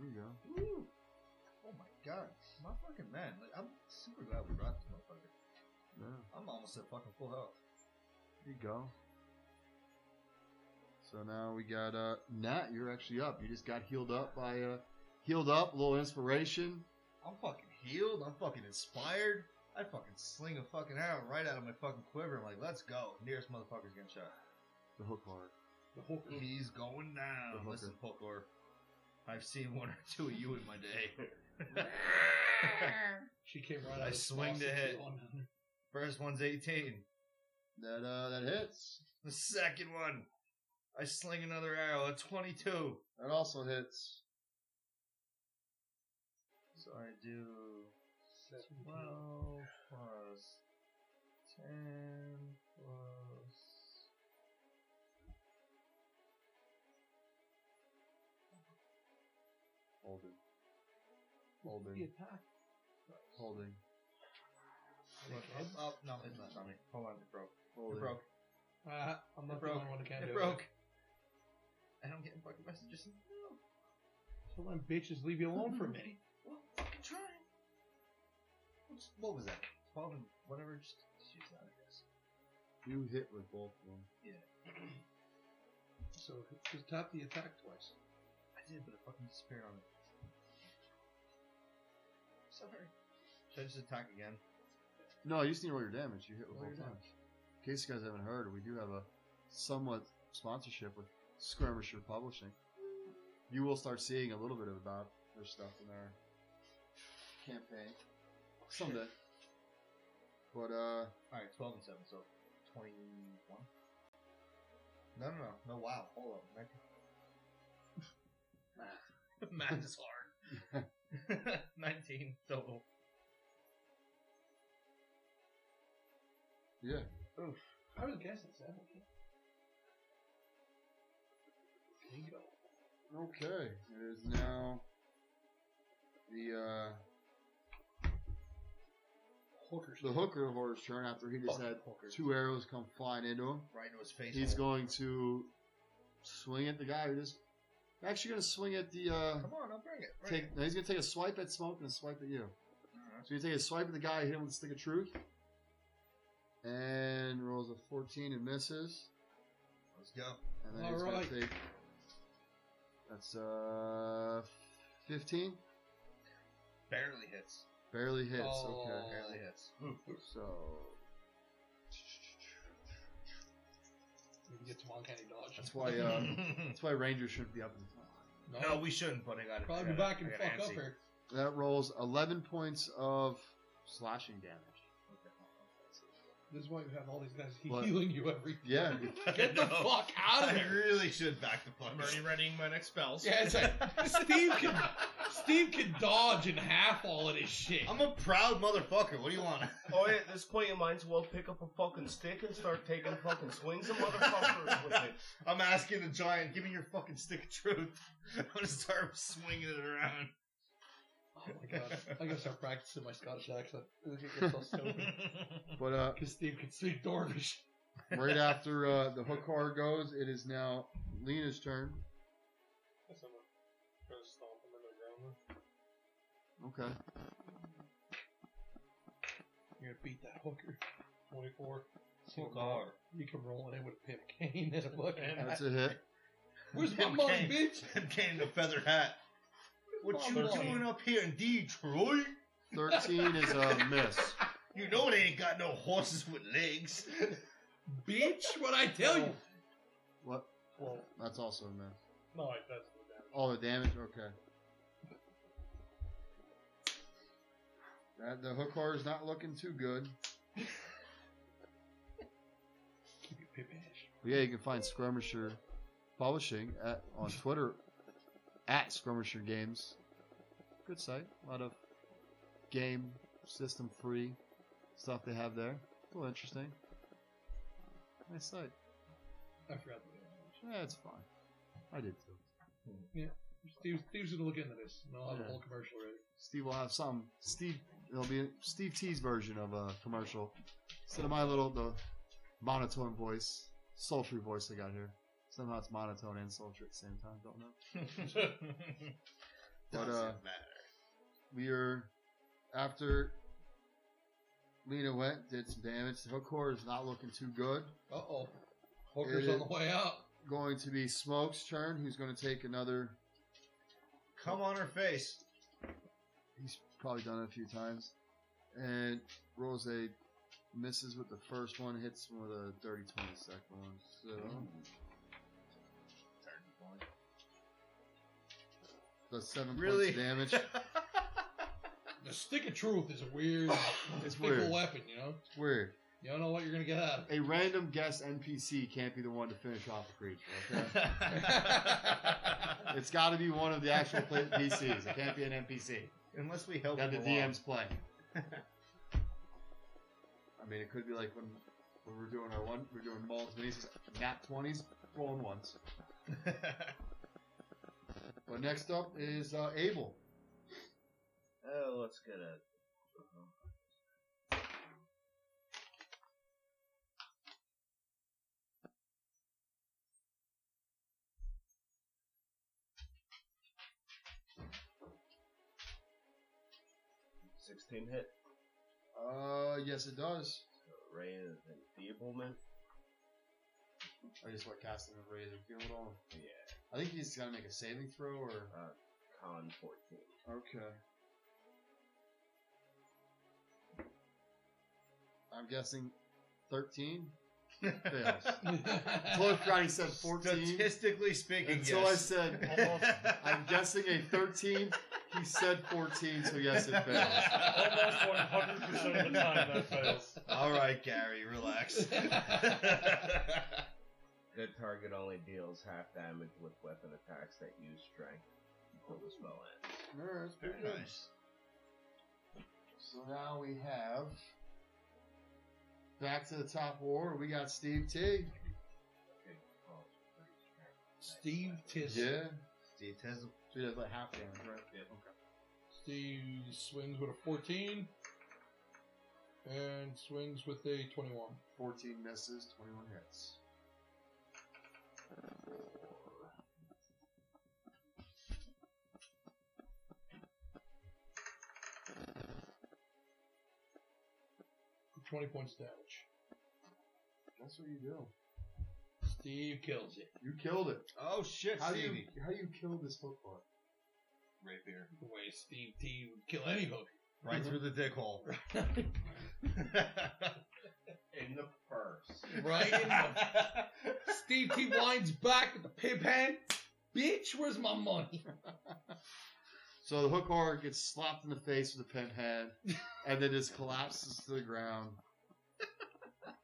Speaker 3: There you go.
Speaker 5: Woo. Oh my god, my fucking man! Like I'm super glad we brought this motherfucker.
Speaker 3: Yeah.
Speaker 5: I'm almost at fucking full health.
Speaker 3: There you go. So now we got uh Nat, you're actually up. You just got healed up by uh healed up, a little inspiration.
Speaker 5: I'm fucking healed. I'm fucking inspired. I fucking sling a fucking arrow right out of my fucking quiver. I'm like, let's go. Nearest motherfucker's getting shot.
Speaker 3: The hook hard.
Speaker 6: The hooker.
Speaker 5: He's going
Speaker 3: The
Speaker 5: down.
Speaker 3: hooker.
Speaker 5: Listen, Pokor, I've seen one or two of you in
Speaker 3: *laughs*
Speaker 5: my day.
Speaker 6: She came right out
Speaker 5: I
Speaker 6: of the
Speaker 5: swing to
Speaker 6: faucet
Speaker 5: hit.
Speaker 6: on her.
Speaker 5: First one's 18.
Speaker 3: That uh that hits.
Speaker 5: The second one, I sling another arrow at 22.
Speaker 3: That also hits.
Speaker 5: So I do 12 plus 10 plus.
Speaker 3: Holding. Holding.
Speaker 6: He attacked.
Speaker 3: Holding.
Speaker 5: Look, up, up. Oh, No, it's not on me. Hold on, it broke.
Speaker 3: Holding.
Speaker 5: It broke.
Speaker 6: Uh, I'm not the
Speaker 5: broke.
Speaker 6: only one who can do
Speaker 5: Uh-huh. It broke. And I'm getting fucking messages. No.
Speaker 6: So my bitches leave you alone for a minute.
Speaker 5: Well, fucking try. What's, what was that? 12 and whatever? Just shoot that, I guess.
Speaker 3: You hit with both of them.
Speaker 6: So just tap the attack twice.
Speaker 5: I did, but it fucking disappeared on me. Sorry. Should I just attack again?
Speaker 3: No, you just need to roll your damage. You hit with
Speaker 6: Roll
Speaker 3: both
Speaker 6: your
Speaker 3: times. In case you guys haven't heard, we do have a somewhat sponsorship with Skirmisher Publishing. You will start seeing a little bit of about their stuff in their campaign someday. But uh,
Speaker 5: Alright, 12 and 7, so 21? No, no, no. No, wow. Hold on. Math. Math is hard. 19 total.
Speaker 3: yeah,
Speaker 6: I was guessing seven. Bingo.
Speaker 3: okay. It is now the uh,
Speaker 6: Hooker's
Speaker 3: the hooker horror's turn after he just had
Speaker 5: Hookers.
Speaker 3: two arrows come flying into him.
Speaker 5: Right into his face.
Speaker 3: He's going to swing at the guy who just. Actually, going to swing at the. Uh,
Speaker 5: Come on, I'll bring it. Bring
Speaker 3: take, no, he's going to take a swipe at Smoke and a swipe at you.
Speaker 5: it. Alright.
Speaker 3: So you take a swipe at the guy, hit him with a stick of truth, and rolls a 14 and misses.
Speaker 5: Let's go.
Speaker 3: And then
Speaker 6: All
Speaker 3: he's going
Speaker 6: right.
Speaker 3: to take. That's uh, 15.
Speaker 5: Barely hits.
Speaker 3: Barely hits.
Speaker 6: Oh.
Speaker 3: Okay.
Speaker 5: Barely hits.
Speaker 3: So
Speaker 6: You can get Tomorrow County Dodge.
Speaker 3: that's why uh, *laughs* that's why Rangers shouldn't be up in the top.
Speaker 5: no, we shouldn't, but I got it.
Speaker 6: probably
Speaker 5: I
Speaker 6: be
Speaker 5: got it.
Speaker 6: back and
Speaker 5: I
Speaker 6: fuck
Speaker 5: got
Speaker 6: up
Speaker 8: *laughs*
Speaker 5: antsy.
Speaker 6: here.
Speaker 3: That rolls 11 points of slashing damage.
Speaker 5: Okay, hold on. Let's see.
Speaker 6: This is why you have all these guys
Speaker 3: What?
Speaker 6: healing you every.
Speaker 3: Yeah.
Speaker 6: Get the fuck out of
Speaker 8: I
Speaker 6: here!
Speaker 8: really should back the fuck.
Speaker 7: I'm already readying my next spells.
Speaker 6: Yeah, it's like Steve can Steve can dodge and half all of this shit.
Speaker 8: *laughs* I'm a proud motherfucker. What do you want?
Speaker 7: Oh, yeah, at this point, you might as well pick up a fucking stick and start taking fucking swings at motherfuckers with it.
Speaker 8: I'm asking the giant, give me your fucking stick of truth. *laughs* I'm gonna start swinging it around.
Speaker 6: oh my god! I gotta start practicing my Scottish accent. It gets all stupid
Speaker 3: *laughs* But uh,
Speaker 6: because Steve can speak Dorvish.
Speaker 3: right after uh, the hook car goes, it is now Lena's turn.
Speaker 4: Guess I'm gonna stomp him in the ground. then.
Speaker 3: Okay.
Speaker 6: You're gonna beat that hooker.
Speaker 4: 24.
Speaker 6: You come rolling in with a pimp cane and a fucking
Speaker 3: That's
Speaker 6: hat.
Speaker 3: a hit.
Speaker 6: Where's my
Speaker 8: Pimp
Speaker 6: money,
Speaker 8: cane.
Speaker 6: bitch?
Speaker 8: And came the feather hat. What you
Speaker 6: Motherfucker.
Speaker 8: doing up here in Detroit?
Speaker 3: 13 is a miss.
Speaker 8: You know they ain't got no horses with legs. *laughs*
Speaker 6: Bitch, what I tell you?
Speaker 3: What?
Speaker 6: Well,
Speaker 3: That's also a miss.
Speaker 4: No, like, that's the damage.
Speaker 3: All the damage? Okay. That, the hook car is not looking too good.
Speaker 6: keep your pimp ass.
Speaker 3: But yeah, you can find Skirmisher Publishing at, on Twitter at Skirmisher Games. Good site. A lot of game system free stuff they have there. A little interesting. Nice site.
Speaker 6: I forgot the damage.
Speaker 3: Yeah, it's fine. I did too.
Speaker 6: Steve, Steve's gonna look into this. No, I have a
Speaker 3: Yeah.
Speaker 6: whole commercial ready.
Speaker 3: Steve will have some. Steve, it'll be Steve T's version of a commercial instead of my little the monotone voice, sultry voice I got here. Somehow it's monotone and sultry at the same time. Don't know.
Speaker 8: *laughs*
Speaker 3: But,
Speaker 8: Doesn't
Speaker 3: uh, we are after Lena went, did some damage. The hook core is not looking too good.
Speaker 6: Uh oh. Hooker's on the way out.
Speaker 3: Going to be Smoke's turn, who's going to take another.
Speaker 8: Come on her face.
Speaker 3: *laughs*
Speaker 8: *laughs*
Speaker 3: He's probably done it a few times. And rolls a misses with the first one, hits him with a dirty 20 second one. So that's seven
Speaker 8: Really?
Speaker 3: points of damage.
Speaker 6: The stick of truth is a weird,
Speaker 3: Oh, It's
Speaker 6: fickle
Speaker 3: weird.
Speaker 6: weapon. You know,
Speaker 3: It's weird.
Speaker 6: you don't know what you're gonna get out of it.
Speaker 3: A random guest NPC can't be the one to finish off a creature. Okay? it's got to be one of the actual play- PCs. It can't be an NPC.
Speaker 8: Unless we help
Speaker 3: that the
Speaker 8: him
Speaker 3: DM's play. I mean, it could be like when, when we're doing our one, we're doing mulls, minis, nat 20s, rolling ones.
Speaker 8: along.
Speaker 3: But next up is uh, Abel.
Speaker 5: Oh, let's get a. Uh-huh. Sixteen hit.
Speaker 3: Uh, yes, it does.
Speaker 5: So Ray is enfeeblement.
Speaker 3: I just want to cast him a razor. Give him all.
Speaker 5: Yeah. uh,
Speaker 3: I think he's got to make a saving throw or.
Speaker 5: Con fourteen.
Speaker 3: Okay. I'm guessing 13? Fails. *laughs* Until Friday said 14.
Speaker 8: Statistically speaking,
Speaker 3: Until I
Speaker 8: yes.
Speaker 3: said *laughs* almost I'm guessing a 13. He said 14, so yes,
Speaker 8: *laughs*
Speaker 3: it fails.
Speaker 4: Almost 100% of the time that fails.
Speaker 8: *laughs* All right, Gary, relax.
Speaker 5: The target only deals half damage with weapon attacks that use strength until the spell ends.
Speaker 3: No, that's pretty
Speaker 8: Very
Speaker 3: good.
Speaker 8: nice.
Speaker 3: *laughs* So now we have back to the top war. We got Steve T.
Speaker 6: Steve Tis.
Speaker 3: Yeah,
Speaker 8: Steve Tism.
Speaker 3: dude, that's like half damage, right?
Speaker 6: Steve swings with a 14 and swings with a 21.
Speaker 3: 14 misses, 21 hits.
Speaker 6: For 20 points damage.
Speaker 3: That's what you do.
Speaker 6: Steve kills it.
Speaker 3: You killed it.
Speaker 8: Oh shit,
Speaker 3: How do you
Speaker 8: Stevie.
Speaker 3: how you kill this football?
Speaker 6: Rapier. The way Steve T would kill any hooker.
Speaker 3: *laughs*
Speaker 8: Right through the dick hole.
Speaker 5: *laughs* In the purse.
Speaker 6: *laughs* Right in the... Steve T winds back with the pimp hand. Bitch, where's my money?
Speaker 3: So the hook horror gets slapped in the face with a pin head, and then just collapses to the ground.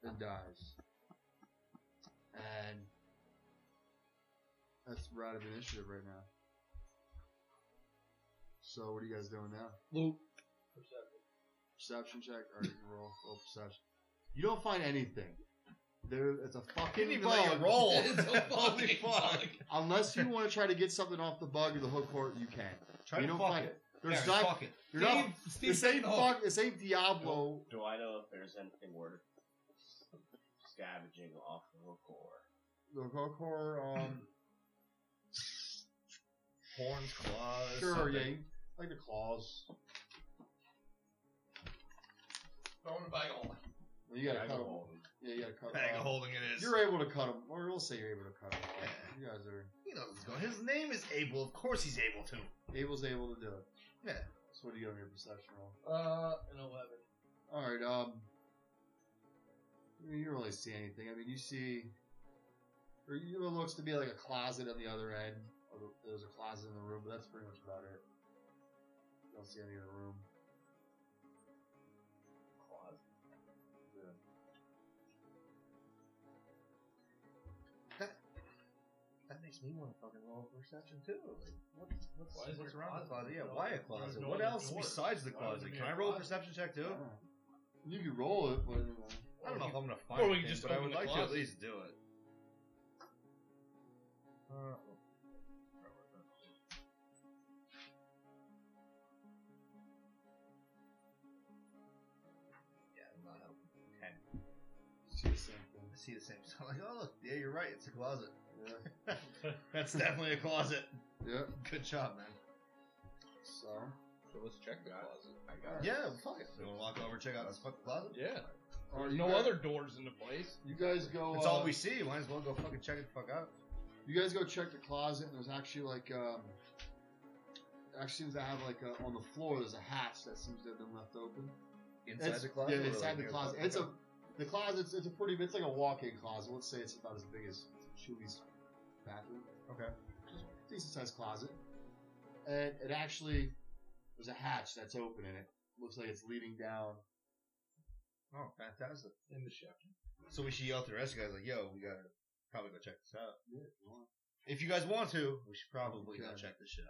Speaker 3: and dies. And that's right of initiative right now. So what are you guys doing now?
Speaker 6: Loot.
Speaker 3: Perception check. All right, you can roll. Roll perception. You don't find anything. There, it's a fucking
Speaker 8: even
Speaker 3: bug.
Speaker 8: let you roll.
Speaker 6: *laughs* It's a
Speaker 8: Holy
Speaker 6: fucking
Speaker 8: fuck.
Speaker 6: bug.
Speaker 3: *laughs* Unless you want to try to get something off the bug or the hook court, you can.
Speaker 8: Try
Speaker 3: you
Speaker 8: to
Speaker 3: don't
Speaker 8: fuck
Speaker 3: find
Speaker 8: it.
Speaker 3: There's
Speaker 8: Darren,
Speaker 3: not.
Speaker 8: fuck it.
Speaker 3: You're not.
Speaker 6: Steve- Steve, "Oh,
Speaker 3: This oh. ain't
Speaker 6: no.
Speaker 3: fuck. This ain't Diablo.
Speaker 5: Do I know if there's anything worth scavenging off of a core?
Speaker 3: The hook court. Um,
Speaker 8: Horns, claws.
Speaker 3: sure.
Speaker 8: something.
Speaker 3: Yeah. you- Like the claws.
Speaker 6: Throw in a bag of holding.
Speaker 3: You gotta
Speaker 5: Bag
Speaker 3: cut them.
Speaker 5: of
Speaker 8: Oh.
Speaker 5: holding.
Speaker 3: Yeah, you gotta cut
Speaker 8: Bag of
Speaker 3: them.
Speaker 8: holding it is.
Speaker 3: You're able to cut them, or we'll say you're able to cut them. You guys are.
Speaker 8: He knows what's going. His name is Abel. Of course he's able to.
Speaker 3: Abel's able to do it.
Speaker 8: Yeah.
Speaker 3: So what do you get on your perception roll?
Speaker 6: Uh, an 11.
Speaker 3: All right. Um. I mean, you don't really see anything. I mean, you see, or you, it looks to be like a closet on the other end. Although There's a closet in the room, but that's pretty much about it. You don't see any in the room. Closet.
Speaker 8: That makes me want to fucking roll for section too. Like, what, what's,
Speaker 4: Why is
Speaker 8: what's
Speaker 4: there a
Speaker 8: around the
Speaker 4: closet?
Speaker 8: closet? Yeah,
Speaker 4: No,
Speaker 8: why a
Speaker 4: there's
Speaker 8: closet?
Speaker 4: no
Speaker 8: What
Speaker 4: other
Speaker 8: else
Speaker 4: door.
Speaker 8: besides the
Speaker 4: Why would there
Speaker 8: closet?
Speaker 4: be
Speaker 8: Can
Speaker 4: a
Speaker 8: I roll a
Speaker 4: closet?
Speaker 8: perception check too?
Speaker 3: Yeah. You can roll it, but you know,
Speaker 8: I don't know if I'm gonna find
Speaker 4: Or we
Speaker 8: anything,
Speaker 4: just
Speaker 8: but I
Speaker 4: open
Speaker 8: would
Speaker 4: the
Speaker 8: like to at
Speaker 4: closet.
Speaker 8: least do it.
Speaker 5: Yeah, I'm not helping.
Speaker 3: you see the same thing.
Speaker 8: I *laughs* see the same stuff. *laughs* Like, oh, look, yeah, you're right. It's a closet.
Speaker 3: Yeah.
Speaker 8: *laughs* That's definitely a closet. *laughs*
Speaker 3: Yeah.
Speaker 8: Good job, man.
Speaker 3: So
Speaker 6: So let's check the closet.
Speaker 5: I got it.
Speaker 8: Yeah, fuck it. You wanna walk over, check out this fucking closet?
Speaker 6: Yeah.
Speaker 3: Or
Speaker 6: There's
Speaker 3: you
Speaker 6: no
Speaker 3: guys-
Speaker 6: other doors in the place.
Speaker 3: You guys go.
Speaker 8: That's
Speaker 3: uh,
Speaker 8: all we see. Might as well go fucking check it the fuck out.
Speaker 3: You guys go check the closet, and there's actually like um, actually seems to have like a, on the floor. There's a hatch that seems to have been left open.
Speaker 8: Inside
Speaker 3: It's-
Speaker 8: the closet.
Speaker 3: yeah,
Speaker 8: or,
Speaker 3: inside
Speaker 8: like,
Speaker 3: the
Speaker 8: near
Speaker 3: closet. It's a the closet's it's a pretty it's like a walk-in closet. Let's say it's about as big as Chewy's bathroom.
Speaker 8: Okay.
Speaker 3: Just a decent sized closet, and it actually there's a hatch that's open in it. Looks like it's leading down.
Speaker 8: Oh, fantastic.
Speaker 4: In the chapter.
Speaker 8: So we should yell to the rest of the guys, like, yo, we gotta probably go check this out.
Speaker 3: Yeah, if you want.
Speaker 8: If you guys want to, we should probably go
Speaker 3: Okay.
Speaker 8: check this shit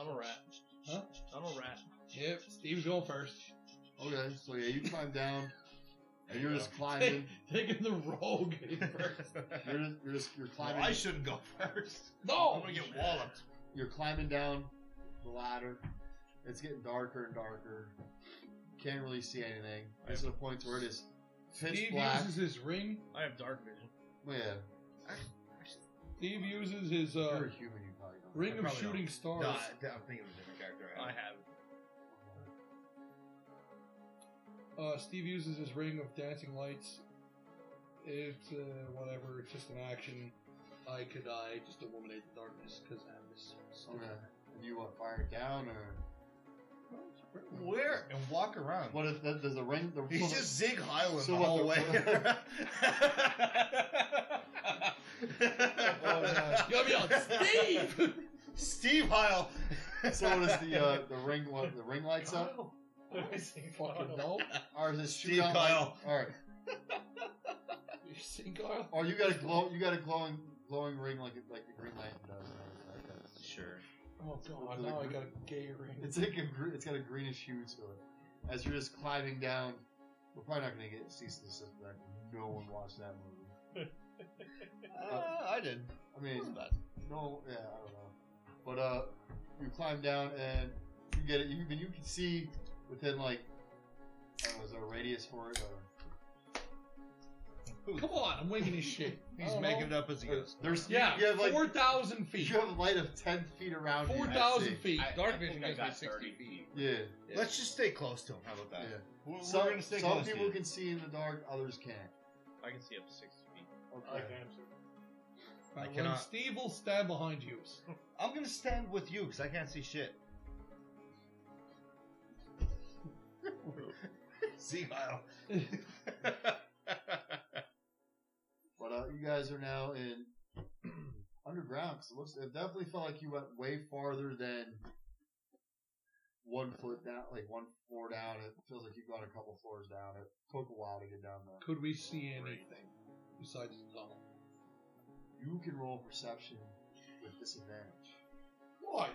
Speaker 8: out.
Speaker 6: I'm a rat.
Speaker 3: Huh?
Speaker 6: I'm a rat. Yep. Steve's going first.
Speaker 3: Okay, so yeah, you climb down, and you're
Speaker 8: Yeah.
Speaker 3: just climbing.
Speaker 6: Taking the rogue
Speaker 8: *laughs*
Speaker 6: in first.
Speaker 3: You're just, you're just you're
Speaker 8: Well,
Speaker 3: climbing.
Speaker 8: I shouldn't go *laughs* first.
Speaker 6: No!
Speaker 8: I'm gonna get walloped.
Speaker 3: you're climbing down the ladder. It's getting darker and darker. You can't really see anything. It's to the point to where it is pitch
Speaker 6: Steve
Speaker 3: black.
Speaker 6: uses his ring.
Speaker 4: *laughs* I have dark vision.
Speaker 3: Well, yeah,
Speaker 6: Steve uses his
Speaker 3: if
Speaker 6: uh,
Speaker 3: you're a human. You probably don't.
Speaker 6: ring
Speaker 8: I
Speaker 6: of
Speaker 8: probably
Speaker 6: shooting
Speaker 8: No,
Speaker 6: stars.
Speaker 8: I, I'm thinking of a different character. I
Speaker 4: I
Speaker 8: have.
Speaker 4: have.
Speaker 6: Uh, Steve uses his ring of dancing lights. It's uh, whatever. It's just an action. I could I just eliminate the darkness because I'm this.
Speaker 3: Okay. And Oh, you want to fire it down or?
Speaker 8: Where and walk around.
Speaker 3: What is that? There's a ring. The, *laughs*
Speaker 8: He's just Zig Highland
Speaker 3: So
Speaker 8: the
Speaker 3: what
Speaker 8: whole
Speaker 3: the-
Speaker 8: way. *laughs*
Speaker 3: Oh, no.
Speaker 6: Yo, yo, *laughs* Steve!
Speaker 8: Steve Heil.
Speaker 3: So what is the uh, the ring? What the ring lights up?
Speaker 6: *laughs* Fucking dope.
Speaker 3: Or is it
Speaker 8: Steve
Speaker 3: shoot out? light-
Speaker 8: Kyle.
Speaker 3: All right.
Speaker 6: You're single.
Speaker 3: Or you got a glow. You got a glowing glowing ring like it- like the green light does. and everything like that.
Speaker 8: Sure.
Speaker 6: Oh god, now I got a gay ring.
Speaker 3: It's like a gre- it's got a greenish hue to it. As you're just climbing down, we're probably not gonna get cease and desist back. No one watched that movie.
Speaker 6: Ah.
Speaker 8: Uh, I did.
Speaker 3: I mean, no, yeah, I don't know. But uh, you climb down and you get it. You can you can see within like I don't know, is there a radius for it? Or,
Speaker 6: Come on, I'm winking his *laughs* shit. I
Speaker 8: He's
Speaker 6: don't
Speaker 8: making it
Speaker 6: know.
Speaker 8: up as he goes.
Speaker 3: there's
Speaker 6: Oh. Yeah,
Speaker 3: You have like
Speaker 6: 4,000 feet.
Speaker 3: you have a light of ten feet around. you.
Speaker 6: 4,000 feet.
Speaker 5: I-
Speaker 6: Dark
Speaker 5: I
Speaker 6: vision
Speaker 5: think I
Speaker 6: gives me
Speaker 5: got
Speaker 6: 60
Speaker 5: 30
Speaker 6: feet.
Speaker 5: feet.
Speaker 3: Yeah,
Speaker 6: Yeah.
Speaker 8: Let's just stay close to him. How about that?
Speaker 3: yeah.
Speaker 8: We're, we're
Speaker 3: Some,
Speaker 8: gonna stay
Speaker 3: some
Speaker 8: close to
Speaker 3: people
Speaker 8: you.
Speaker 3: can see in the dark, others can't.
Speaker 4: I can see up to six feet. I
Speaker 3: Okay.
Speaker 4: like Amsterdam.
Speaker 8: I
Speaker 6: When
Speaker 8: cannot-
Speaker 6: Steve will stand behind you.
Speaker 8: I'm gonna stand with you because I can't see shit. *laughs* see
Speaker 3: *laughs*
Speaker 8: Kyle.
Speaker 3: But uh, you guys are now in *clears throat* underground 'cause it looks. It definitely felt like you went way farther than one foot down, like one floor down. It feels like you've gone a couple floors down. It took a while to get down there.
Speaker 6: Could we see anything besides the tunnel?
Speaker 3: You can roll perception with disadvantage
Speaker 6: Why?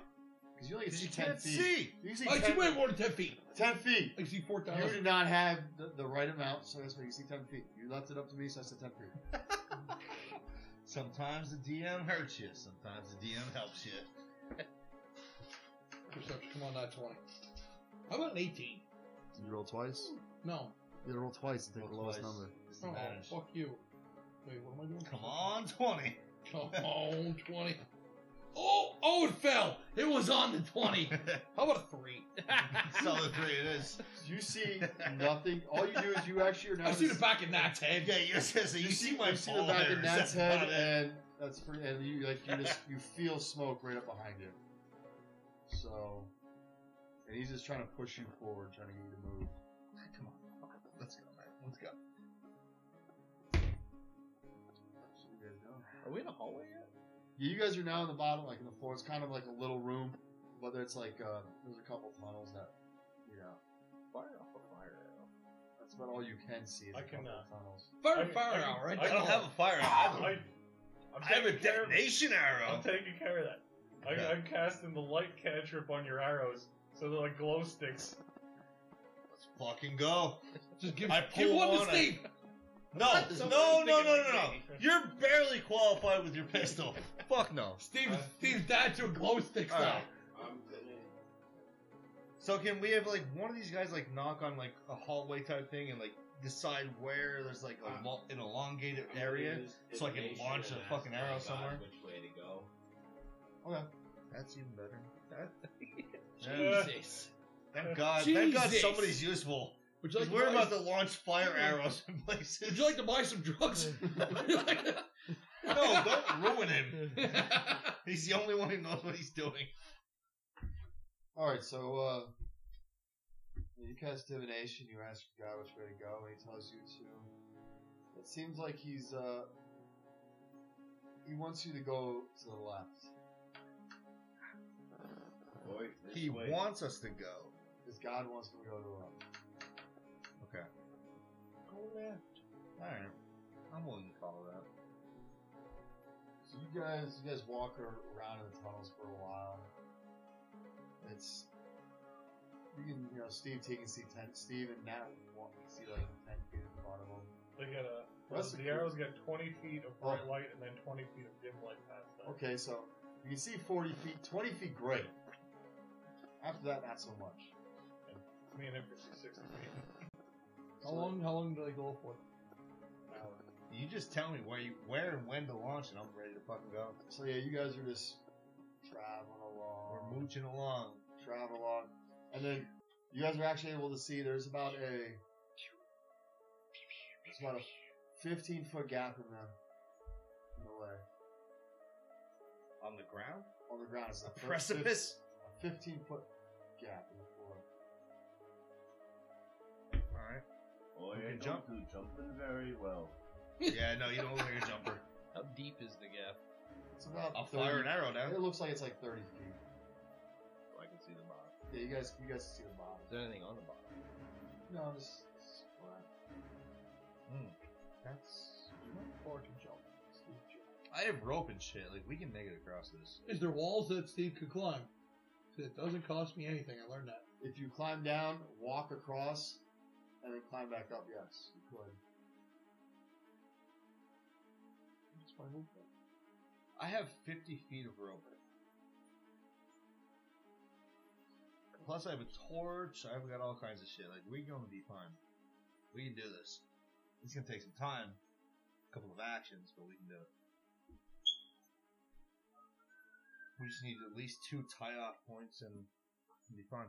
Speaker 3: because you only
Speaker 8: Because
Speaker 3: see
Speaker 8: you
Speaker 3: ten
Speaker 8: can't
Speaker 3: feet.
Speaker 8: see.
Speaker 3: You can see
Speaker 6: I see Oh,
Speaker 3: 10,
Speaker 6: way more than ten feet.
Speaker 3: ten feet.
Speaker 6: I see four
Speaker 3: You
Speaker 6: thousand.
Speaker 3: did not have the, the right amount, so that's why you see ten feet. You left it up to me, so I said ten feet.
Speaker 8: Sometimes the DM hurts you. Sometimes the DM helps you.
Speaker 6: Perception. Come on, not twenty. How about an eighteen?
Speaker 3: Did you roll twice?
Speaker 6: No.
Speaker 3: You roll twice to take the
Speaker 8: Roll
Speaker 3: lowest
Speaker 8: twice.
Speaker 3: number.
Speaker 6: Oh,
Speaker 8: Disadvantage.
Speaker 6: fuck you. Wait, what am I doing?
Speaker 8: Come on, *laughs* twenty.
Speaker 6: Come on, *laughs* twenty. Oh, oh, it fell. It was on the *laughs* twenty. How about a *laughs* three?
Speaker 8: Solid three it is.
Speaker 3: You *laughs* see nothing. All you do is you actually are now.
Speaker 6: I see the
Speaker 3: just-
Speaker 6: back of Nat's head.
Speaker 8: Yeah, you, so you, see my
Speaker 3: you see the back of
Speaker 8: balders,
Speaker 3: Nat's
Speaker 8: *laughs* that's
Speaker 3: head,
Speaker 8: about it.
Speaker 3: and that's pretty. And you like you just you feel smoke right up behind you. So, and he's just trying to push you forward, trying to get you to move.
Speaker 8: Come on, fuck it. let's go, man. Let's go.
Speaker 3: So you guys know.
Speaker 7: Are we in a hallway yet?
Speaker 3: Yeah, you guys are now in the bottom, like in the floor. It's kind of like a little room, but it's like uh, there's a couple tunnels that, you know,
Speaker 7: Fire off a fire arrow.
Speaker 3: that's about all you can see. Is
Speaker 4: I
Speaker 3: a couple
Speaker 4: cannot.
Speaker 3: of tunnels.
Speaker 6: Fire,
Speaker 4: I can-
Speaker 6: fire
Speaker 4: I can-
Speaker 6: hour, right?
Speaker 4: I
Speaker 8: I
Speaker 6: there.
Speaker 8: don't have a fire arrow. I have
Speaker 4: I'm
Speaker 8: a, I have a
Speaker 4: taking care of-
Speaker 8: detonation arrow.
Speaker 4: I'm taking care of that. I, I'm casting the light cantrip on your arrows, so they're like glow sticks.
Speaker 8: Let's fucking go.
Speaker 6: Just give,
Speaker 8: I
Speaker 6: give
Speaker 8: pull
Speaker 6: one to
Speaker 8: on a-
Speaker 6: Steve.
Speaker 8: No,
Speaker 4: Let
Speaker 8: no,
Speaker 4: somebody
Speaker 8: no, no,
Speaker 4: think
Speaker 8: no,
Speaker 4: it
Speaker 8: no.
Speaker 4: might be.
Speaker 8: You're barely qualified with
Speaker 3: *laughs*
Speaker 8: your pistol. Fuck no. Uh,
Speaker 6: Steve, Steve's dad to a glow stick
Speaker 8: All
Speaker 6: now.
Speaker 8: right.
Speaker 5: I'm gonna
Speaker 8: So can we have like one of these guys like knock on like a hallway type thing and like decide where there's like a lo- an elongated
Speaker 5: I'm gonna
Speaker 8: area?
Speaker 5: use
Speaker 8: so I can
Speaker 5: divination
Speaker 8: launch
Speaker 5: and
Speaker 8: a
Speaker 5: ask
Speaker 8: fucking
Speaker 5: my
Speaker 8: arrow
Speaker 5: god
Speaker 8: somewhere?
Speaker 5: Which way to go?
Speaker 8: That's even better.
Speaker 4: Yeah.
Speaker 6: Jesus.
Speaker 8: Thank God. Thank God
Speaker 6: Jesus.
Speaker 8: somebody's useful.
Speaker 6: Would you,
Speaker 8: 'Cause
Speaker 6: like
Speaker 8: we're
Speaker 6: to buy,
Speaker 8: about to launch fire arrows in
Speaker 3: *laughs*
Speaker 6: would
Speaker 8: places.
Speaker 6: you like to buy some drugs?
Speaker 8: no, don't ruin him. He's the only one who knows what he's doing.
Speaker 3: All right, so uh, you cast divination. You ask your guy which way to go, and he tells you to. It seems like he's uh, he wants you to go to the left.
Speaker 5: Boy, this
Speaker 8: Uh, He
Speaker 5: way.
Speaker 8: wants us to go.
Speaker 3: Because God wants him to go to the left.
Speaker 8: Okay. Go left. Alright. I'm willing to follow that.
Speaker 3: So you guys, you guys walk ar- around in the tunnels for a while. It's you can, you know, Steve taking see ten, Steve and Nat walk, see like ten feet in front of him.
Speaker 4: They got a.
Speaker 3: That's
Speaker 4: the
Speaker 3: cool.
Speaker 4: arrows got 20 feet of bright
Speaker 6: Oh.
Speaker 4: light and then 20 feet of dim light past that.
Speaker 3: Okay, so you can see 40 feet, 20 feet, great. After that, not so much.
Speaker 4: Me and him for 60
Speaker 6: *laughs*
Speaker 4: feet. *laughs*
Speaker 6: *laughs* how long? How long do they go for?
Speaker 8: You just tell me where you where and when to launch and I'm ready to fucking go.
Speaker 3: So yeah, you guys are just traveling along.
Speaker 8: We're mooching along.
Speaker 3: travel along, and then you guys are actually able to see there's about a it's about a 15 foot gap in the in the way
Speaker 8: On the ground?
Speaker 3: on the ground. It's
Speaker 8: A
Speaker 3: the first fif-
Speaker 8: precipice?
Speaker 3: a 15 foot gap in the floor.
Speaker 8: Alright.
Speaker 5: Boy,
Speaker 8: You
Speaker 5: I
Speaker 8: can
Speaker 5: don't
Speaker 8: jump.
Speaker 5: do jumping very well.
Speaker 8: Yeah, no, you don't look like a jumper.
Speaker 7: How deep is the gap?
Speaker 3: It's about *laughs*
Speaker 8: I'll fire an arrow
Speaker 3: It
Speaker 8: down.
Speaker 3: looks like it's like 30 feet.
Speaker 7: So Oh, I can see the bottom.
Speaker 3: Yeah, you guys you guys see the bottom.
Speaker 7: Is there anything on the bottom?
Speaker 3: No, just just flat.
Speaker 8: Hmm. That's I have rope and shit. Like we can make it across this.
Speaker 6: Is there walls that Steve could climb? 'Cause It doesn't cost me anything. I learned that.
Speaker 3: If you climb down, walk across, and then climb back up, yes, you could.
Speaker 8: I have 50 feet of rope. Plus, I have a torch. I've got all kinds of shit. Like, we're going to be fine. We can do this. It's going to take some time, a couple of actions, but we can do it. We just need at least two tie off points and it'll be
Speaker 5: *sighs*
Speaker 8: fine.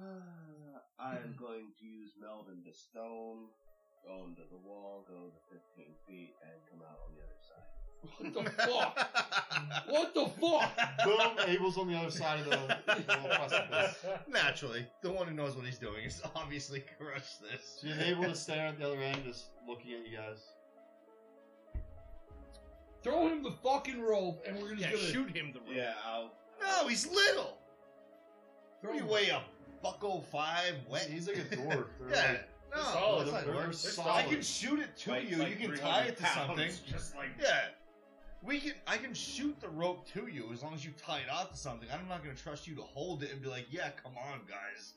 Speaker 5: Uh, I am going to use Melvin the stone, go into the wall, go the 15 feet, and come out on the other side.
Speaker 6: *laughs* What the
Speaker 3: *laughs*
Speaker 6: fuck? What the fuck?
Speaker 3: Boom! Abel's on the other side of the, the little precipice.
Speaker 8: Naturally, the one who knows what he's doing is *laughs* obviously crushed this.
Speaker 3: So you're able to stand at the other end, just looking at you guys.
Speaker 6: Throw him the fucking rope, and we're just
Speaker 4: Yeah,
Speaker 6: gonna
Speaker 4: shoot him the rope.
Speaker 8: Yeah, I'll. No, he's little.
Speaker 6: Throw
Speaker 8: What do you
Speaker 6: him.
Speaker 8: weigh a bucko five wet?
Speaker 3: He's like a
Speaker 8: *laughs*
Speaker 3: dwarf. They're
Speaker 8: yeah.
Speaker 3: like-
Speaker 8: no,
Speaker 4: solid.
Speaker 8: that's not
Speaker 4: They're-
Speaker 8: worth-
Speaker 4: they're
Speaker 8: I
Speaker 4: solid.
Speaker 8: can shoot it to
Speaker 5: Like-
Speaker 8: you.
Speaker 5: like
Speaker 8: you can tie
Speaker 5: 300
Speaker 8: it to
Speaker 5: pounds,
Speaker 8: something.
Speaker 5: Just like
Speaker 8: Yeah. We can. I can shoot the rope to you as long as you tie it off to something. I'm not going to trust you to hold it and be like, "Yeah, come on, guys,"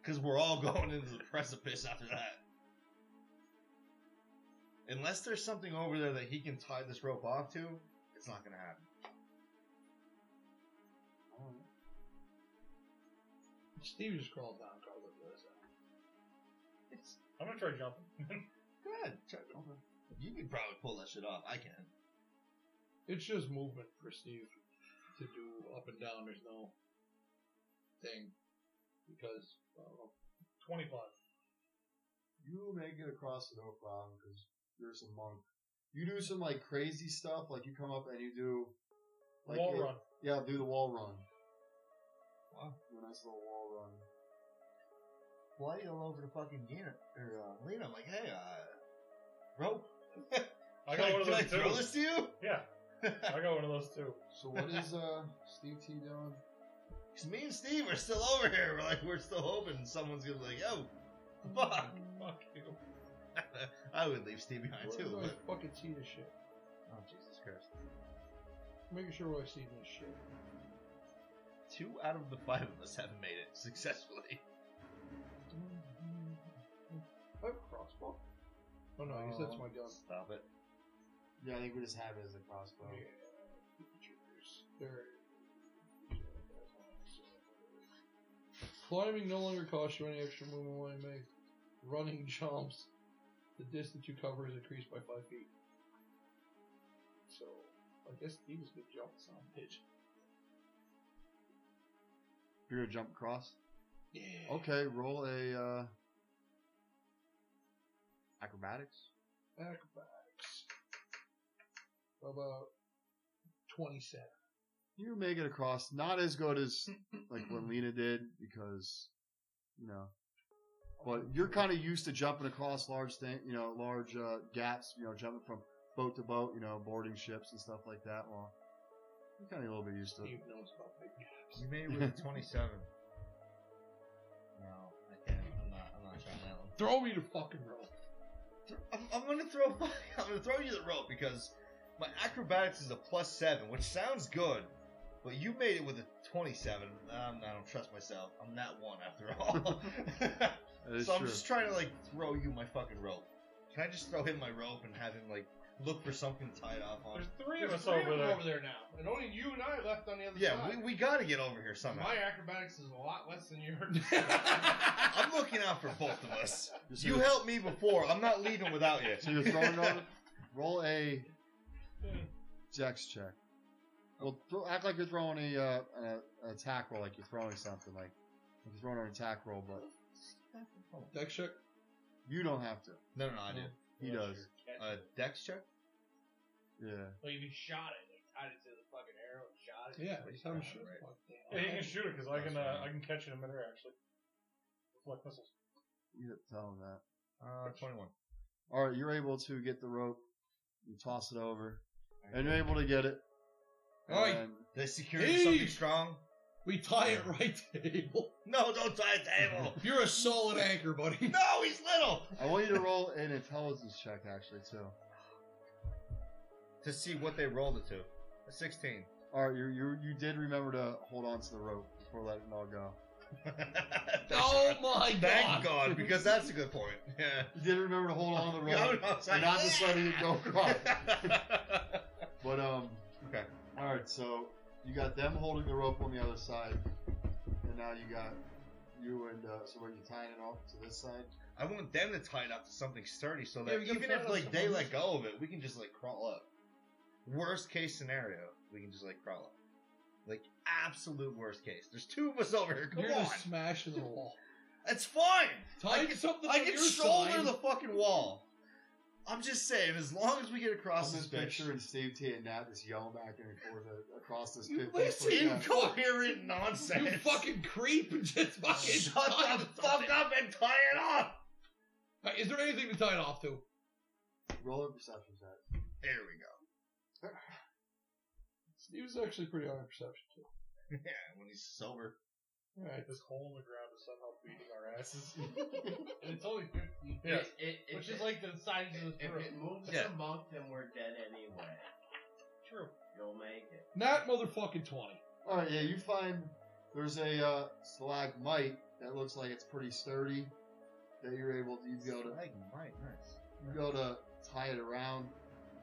Speaker 8: because we're all *laughs* going into the precipice after that. Unless there's something over there that he can tie this rope off to, it's not going to happen.
Speaker 6: Steve just crawled down, crawled up the other side.
Speaker 4: I'm gonna try jumping.
Speaker 8: Good. You can probably pull that shit off. I can.
Speaker 6: It's just movement for Steve to do up and down. There's no thing because I don't know.
Speaker 4: 25.
Speaker 3: You make it across it no problem because you're some monk. You do some like crazy stuff, like you come up and you do like
Speaker 4: Wall
Speaker 3: you-
Speaker 4: run.
Speaker 3: Yeah, do the wall run.
Speaker 8: Wow.
Speaker 3: Do a nice little wall run.
Speaker 8: Fly all over the fucking unit or uh, Lena. I'm like, hey, uh, rope.
Speaker 4: I
Speaker 6: *laughs*
Speaker 4: got one of
Speaker 8: can I
Speaker 4: those
Speaker 8: throw
Speaker 4: too.
Speaker 8: this to you?
Speaker 4: Yeah, I got one of those too.
Speaker 3: So what is uh Steve T doing?
Speaker 8: Cause me and Steve are still over here. We're like, we're still hoping someone's gonna be like, yo, fuck.
Speaker 4: Fuck you.
Speaker 8: I would leave Steve behind
Speaker 6: Where
Speaker 8: too.
Speaker 6: do I
Speaker 8: But...
Speaker 6: fucking see this shit?
Speaker 8: Oh Jesus Christ!
Speaker 6: Making sure where I see this shit.
Speaker 8: Two out of the five of us haven't made it successfully.
Speaker 6: Mm-hmm. I have a crossbow. Oh no, I guess that's my gun.
Speaker 8: Stop it.
Speaker 3: Yeah, I think we just have it as a crossbow.
Speaker 6: There. Climbing no longer costs you any extra movement while you make running *laughs* jumps. The distance you cover is increased by five feet. So I guess Steve's gonna jump some bitch.
Speaker 3: You're gonna jump across.
Speaker 6: Yeah.
Speaker 3: Okay, roll a uh acrobatics.
Speaker 6: Acrobatics. About twenty-seven.
Speaker 3: You make it across, not as good as
Speaker 8: *clears throat*
Speaker 3: like what Lena did because you know But you're kind of used to jumping across large thing, you know, large uh, gaps, you know, jumping from boat to boat, you know, boarding ships and stuff like that. Well, you're kind of a little bit used to it.
Speaker 6: Steve knows about big gaps.
Speaker 8: We made it with a twenty-seven. no, I can't. I'm not. I'm not trying that one.
Speaker 6: Throw me the fucking rope.
Speaker 8: Th- I'm, I'm gonna throw. *laughs* I'm gonna throw you the rope because my acrobatics is a plus seven, which sounds good, but you made it with a twenty-seven. Um, I don't trust myself. I'm that one after *laughs* all.
Speaker 3: That is
Speaker 8: so I'm
Speaker 3: true.
Speaker 8: just trying to like throw you my fucking rope. Can I just throw him my rope and have him like look for something tied off on?
Speaker 4: There's three of us
Speaker 6: There's three
Speaker 4: over
Speaker 6: of them
Speaker 4: there.
Speaker 6: over there now, and only you and I are left on the other
Speaker 8: Yeah,
Speaker 6: side.
Speaker 8: we, we gotta get over here somehow.
Speaker 6: My acrobatics is a lot less
Speaker 8: *laughs*
Speaker 6: than yours.
Speaker 8: I'm looking out for both of
Speaker 3: *laughs*
Speaker 8: us.
Speaker 3: Just
Speaker 8: You
Speaker 3: gonna-
Speaker 8: helped me before. I'm not leaving without you.
Speaker 3: So you're throwing
Speaker 8: *laughs*
Speaker 3: on. Roll a dex check. Well, throw, act like you're throwing a uh, an, an attack roll, like you're throwing something, like you're throwing an attack roll, but
Speaker 6: Deck Oh, check.
Speaker 3: you don't have to.
Speaker 8: No, no, no, I did.
Speaker 3: He does.
Speaker 8: Uh, dex check.
Speaker 3: Yeah.
Speaker 11: Like if you shot it, like tied it to the fucking arrow and shot it.
Speaker 6: Yeah, he's having
Speaker 8: uh,
Speaker 11: Yeah,
Speaker 6: shit.
Speaker 11: right.
Speaker 6: Fuck,
Speaker 4: Yeah,
Speaker 6: damn.
Speaker 4: he can shoot it because I
Speaker 8: That's
Speaker 4: can. Uh,
Speaker 8: fine.
Speaker 4: I can catch it in midair actually. Reflect missiles.
Speaker 3: You didn't tell him that.
Speaker 8: Uh, twenty-one.
Speaker 3: All right, you're able to get the rope. You toss it over, and you're able to get it.
Speaker 6: All right.
Speaker 3: And-
Speaker 8: Did I secure you
Speaker 6: Hey!
Speaker 8: something strong?
Speaker 6: We tie it right to the
Speaker 8: *laughs*
Speaker 6: table.
Speaker 8: No, don't tie a table.
Speaker 6: You're a solid anchor, buddy.
Speaker 8: *laughs* no, he's little.
Speaker 3: I want you to roll an intelligence check, actually, too.
Speaker 8: *laughs* To see what they rolled it to. A sixteen. *laughs*
Speaker 3: All right, you you you did remember to hold on to the rope before letting it all go.
Speaker 6: Oh my
Speaker 8: Thank God, because that's a good point. *laughs* Yeah.
Speaker 3: You did remember to hold on to the
Speaker 8: No,
Speaker 3: rope
Speaker 8: no, it's
Speaker 3: and
Speaker 8: like-
Speaker 3: not just letting it go across.
Speaker 8: *laughs*
Speaker 3: But um,
Speaker 8: Okay.
Speaker 3: All right, so you got them holding the rope on the other side, and now you got you and uh, so where you tying it off to this side.
Speaker 8: I want them to tie it up to something sturdy so
Speaker 6: Yeah,
Speaker 8: that
Speaker 6: we gotta
Speaker 8: even
Speaker 6: tie it
Speaker 8: if
Speaker 6: up
Speaker 8: like they
Speaker 6: somewhere.
Speaker 8: let go of it, we can just like crawl up. Worst case scenario, we can just like crawl up. Like absolute worst case. There's two of us over here. Come
Speaker 6: You're
Speaker 8: on.
Speaker 6: just smashing the wall.
Speaker 8: It's fine.
Speaker 6: Tie
Speaker 8: I
Speaker 6: it something
Speaker 8: I
Speaker 6: to
Speaker 8: can
Speaker 6: your
Speaker 8: shoulder
Speaker 6: side.
Speaker 8: the fucking wall. I'm just saying, as long as we get across
Speaker 3: Across
Speaker 8: this
Speaker 3: this
Speaker 8: bitch,
Speaker 3: picture and Steve T and Nat just yelling back and forth uh, across this.
Speaker 6: You
Speaker 3: pit-
Speaker 6: listen,
Speaker 3: Yeah.
Speaker 8: incoherent nonsense.
Speaker 6: You fucking creep and just
Speaker 8: *laughs*
Speaker 6: fucking
Speaker 8: shut
Speaker 6: tie
Speaker 8: the
Speaker 6: it to
Speaker 8: fuck
Speaker 6: something.
Speaker 8: up and tie it off.
Speaker 6: Hey, Is there anything to tie it off to?
Speaker 3: Roll a perception check.
Speaker 8: There we go. *laughs*
Speaker 6: He was actually pretty high on perception too.
Speaker 8: yeah, when he's sober.
Speaker 6: All right.
Speaker 4: Like this hole in the ground is somehow beating our
Speaker 6: *laughs*
Speaker 4: asses.
Speaker 11: And it's only 50 feet,
Speaker 4: Yeah.
Speaker 7: It, it,
Speaker 11: which is like the size of
Speaker 7: if
Speaker 11: the room.
Speaker 7: it moves
Speaker 8: Yeah.
Speaker 7: the monk, then we're dead anyway.
Speaker 4: True.
Speaker 7: You'll make it.
Speaker 6: Not motherfucking twenty.
Speaker 3: All right, yeah, you find there's a uh, stalagmite that looks like it's pretty sturdy that you're able to you go to
Speaker 8: Like, right, nice.
Speaker 3: you go to tie it around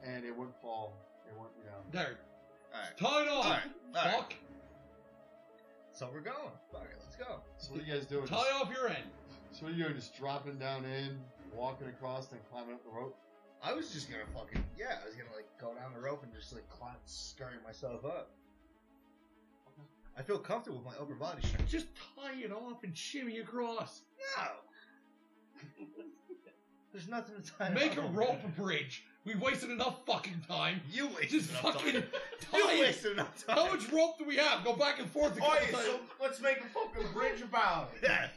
Speaker 3: and it wouldn't fall. It wouldn't, you know.
Speaker 6: There.
Speaker 8: Alright.
Speaker 6: Tie it off.
Speaker 8: Alright, alright.
Speaker 6: Fuck.
Speaker 8: So we're going. Fuck it, let's go.
Speaker 3: So what are you guys doing?
Speaker 6: Tie off your end.
Speaker 3: So what are you doing? Just dropping down in, walking across, then climbing up the rope.
Speaker 8: I was just gonna fucking yeah, I was gonna like go down the rope and just like climb scurry myself up. I feel comfortable with my upper body strength.
Speaker 6: Just tie it off and shimmy across.
Speaker 8: No. *laughs* There's nothing to tie.
Speaker 6: Make a
Speaker 8: up.
Speaker 6: rope bridge. We wasted enough fucking time.
Speaker 8: You wasted
Speaker 6: Just
Speaker 8: enough
Speaker 6: fucking
Speaker 8: time.
Speaker 6: tie
Speaker 8: *laughs* You
Speaker 6: it.
Speaker 8: wasted enough time.
Speaker 6: How much rope do we have? Go back and forth. a couple *laughs*
Speaker 7: Alright,
Speaker 6: times.
Speaker 7: so let's make a fucking bridge about it.
Speaker 8: Yeah.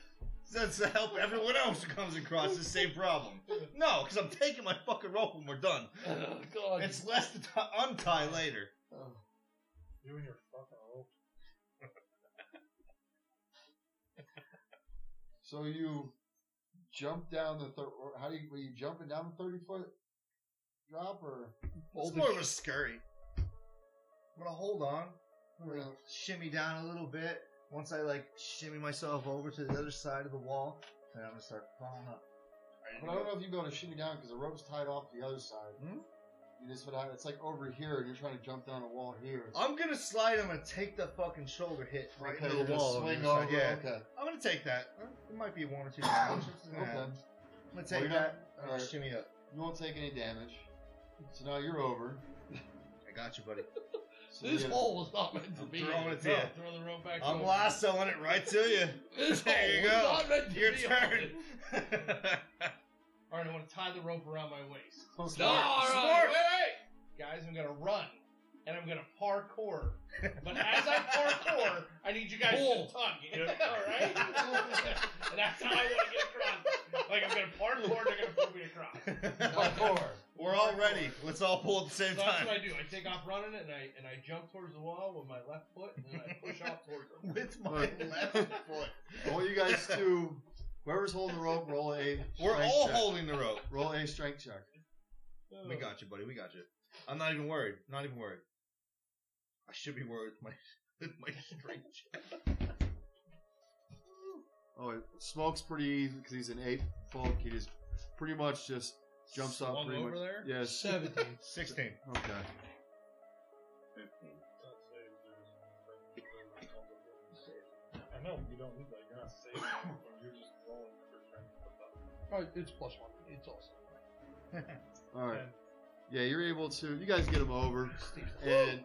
Speaker 8: That's to help everyone else who comes across the same problem. No, because I'm taking my fucking rope when we're done.
Speaker 6: *laughs* Oh, God.
Speaker 8: It's less to t- untie later.
Speaker 4: You and your fucking rope.
Speaker 3: So you jump down the thir- or how do you were you jumping down the thirty foot drop or
Speaker 8: It's more of a scurry. I'm gonna hold on. I'm gonna shimmy down a little bit. Once I like shimmy myself over to the other side of the wall, then I'm gonna start crawling up.
Speaker 3: But I don't know if you'd be able to shimmy down because the rope's tied off the other side.
Speaker 8: Hmm?
Speaker 3: You just put out, it's like over here, and you're trying to jump down a wall here.
Speaker 8: I'm gonna slide. I'm gonna take that fucking shoulder hit right
Speaker 3: Okay,
Speaker 8: into
Speaker 3: you're
Speaker 8: the
Speaker 3: gonna
Speaker 8: wall. on the
Speaker 3: Swing
Speaker 8: other
Speaker 3: over.
Speaker 8: side. Yeah,
Speaker 3: Okay.
Speaker 8: I'm gonna take that. It might be one or *coughs* two damage. It's gonna
Speaker 3: Okay.
Speaker 8: happen. I'm gonna
Speaker 3: Well,
Speaker 8: take
Speaker 3: you're
Speaker 8: that.
Speaker 3: not-
Speaker 8: I'm
Speaker 3: all
Speaker 8: gonna
Speaker 3: right.
Speaker 8: shimmy up.
Speaker 3: You won't take any damage. So now you're over.
Speaker 8: I got you, buddy.
Speaker 3: So
Speaker 6: This
Speaker 3: you-
Speaker 6: hole was not meant to
Speaker 8: I'm
Speaker 6: be.
Speaker 8: throwing it to
Speaker 6: No,
Speaker 8: you.
Speaker 6: Throw the rope back.
Speaker 8: I'm
Speaker 6: over.
Speaker 8: lassoing it right to *laughs* you.
Speaker 6: This
Speaker 8: There
Speaker 6: hole
Speaker 8: you
Speaker 6: was
Speaker 8: go.
Speaker 6: not meant to
Speaker 8: Your
Speaker 6: be
Speaker 8: turn.
Speaker 6: open.
Speaker 11: Alright, I want to tie the rope around my waist.
Speaker 3: So
Speaker 6: No,
Speaker 3: smart.
Speaker 6: all right,
Speaker 8: Smart.
Speaker 6: wait, wait.
Speaker 11: Guys, I'm going to run. And I'm going to parkour. But as I parkour, I need you guys
Speaker 6: Cool.
Speaker 11: to tug. *laughs* Alright? and that's how I want to get across. Like, I'm going to parkour, they're going to pull me across.
Speaker 8: *laughs* We're all ready. Let's all pull at the same
Speaker 11: So that's
Speaker 8: time.
Speaker 11: what I do. I take off running and I and I jump towards the wall with my left foot and then I push off towards them.
Speaker 8: With my
Speaker 3: Alright.
Speaker 8: left
Speaker 3: *laughs*
Speaker 8: foot.
Speaker 3: All you
Speaker 8: *laughs*
Speaker 3: guys do, whoever's holding the rope, roll a.
Speaker 8: We're
Speaker 3: strength
Speaker 8: all
Speaker 3: check.
Speaker 8: holding the rope.
Speaker 3: Roll a strength check.
Speaker 8: We got you, buddy. We got you. I'm not even worried. Not even worried. I should be worried with my *laughs* with my strength check.
Speaker 3: Oh, it Smoke's pretty easy because he's an eight folk. He just pretty much just jumps up
Speaker 11: Swung
Speaker 3: pretty
Speaker 11: over
Speaker 3: much.
Speaker 11: there.
Speaker 3: Yes.
Speaker 6: Seventeen.
Speaker 8: *laughs* Sixteen.
Speaker 3: Okay.
Speaker 5: Fifteen.
Speaker 4: Don't say it, dude. I know you don't need that. You're not
Speaker 3: *coughs*
Speaker 4: saving it, but you're just rolling for trying to put that.
Speaker 6: Alright, Oh, it's plus one.
Speaker 4: *laughs*
Speaker 6: It's awesome.
Speaker 3: All right. Yeah, you're able to. You guys get him over, and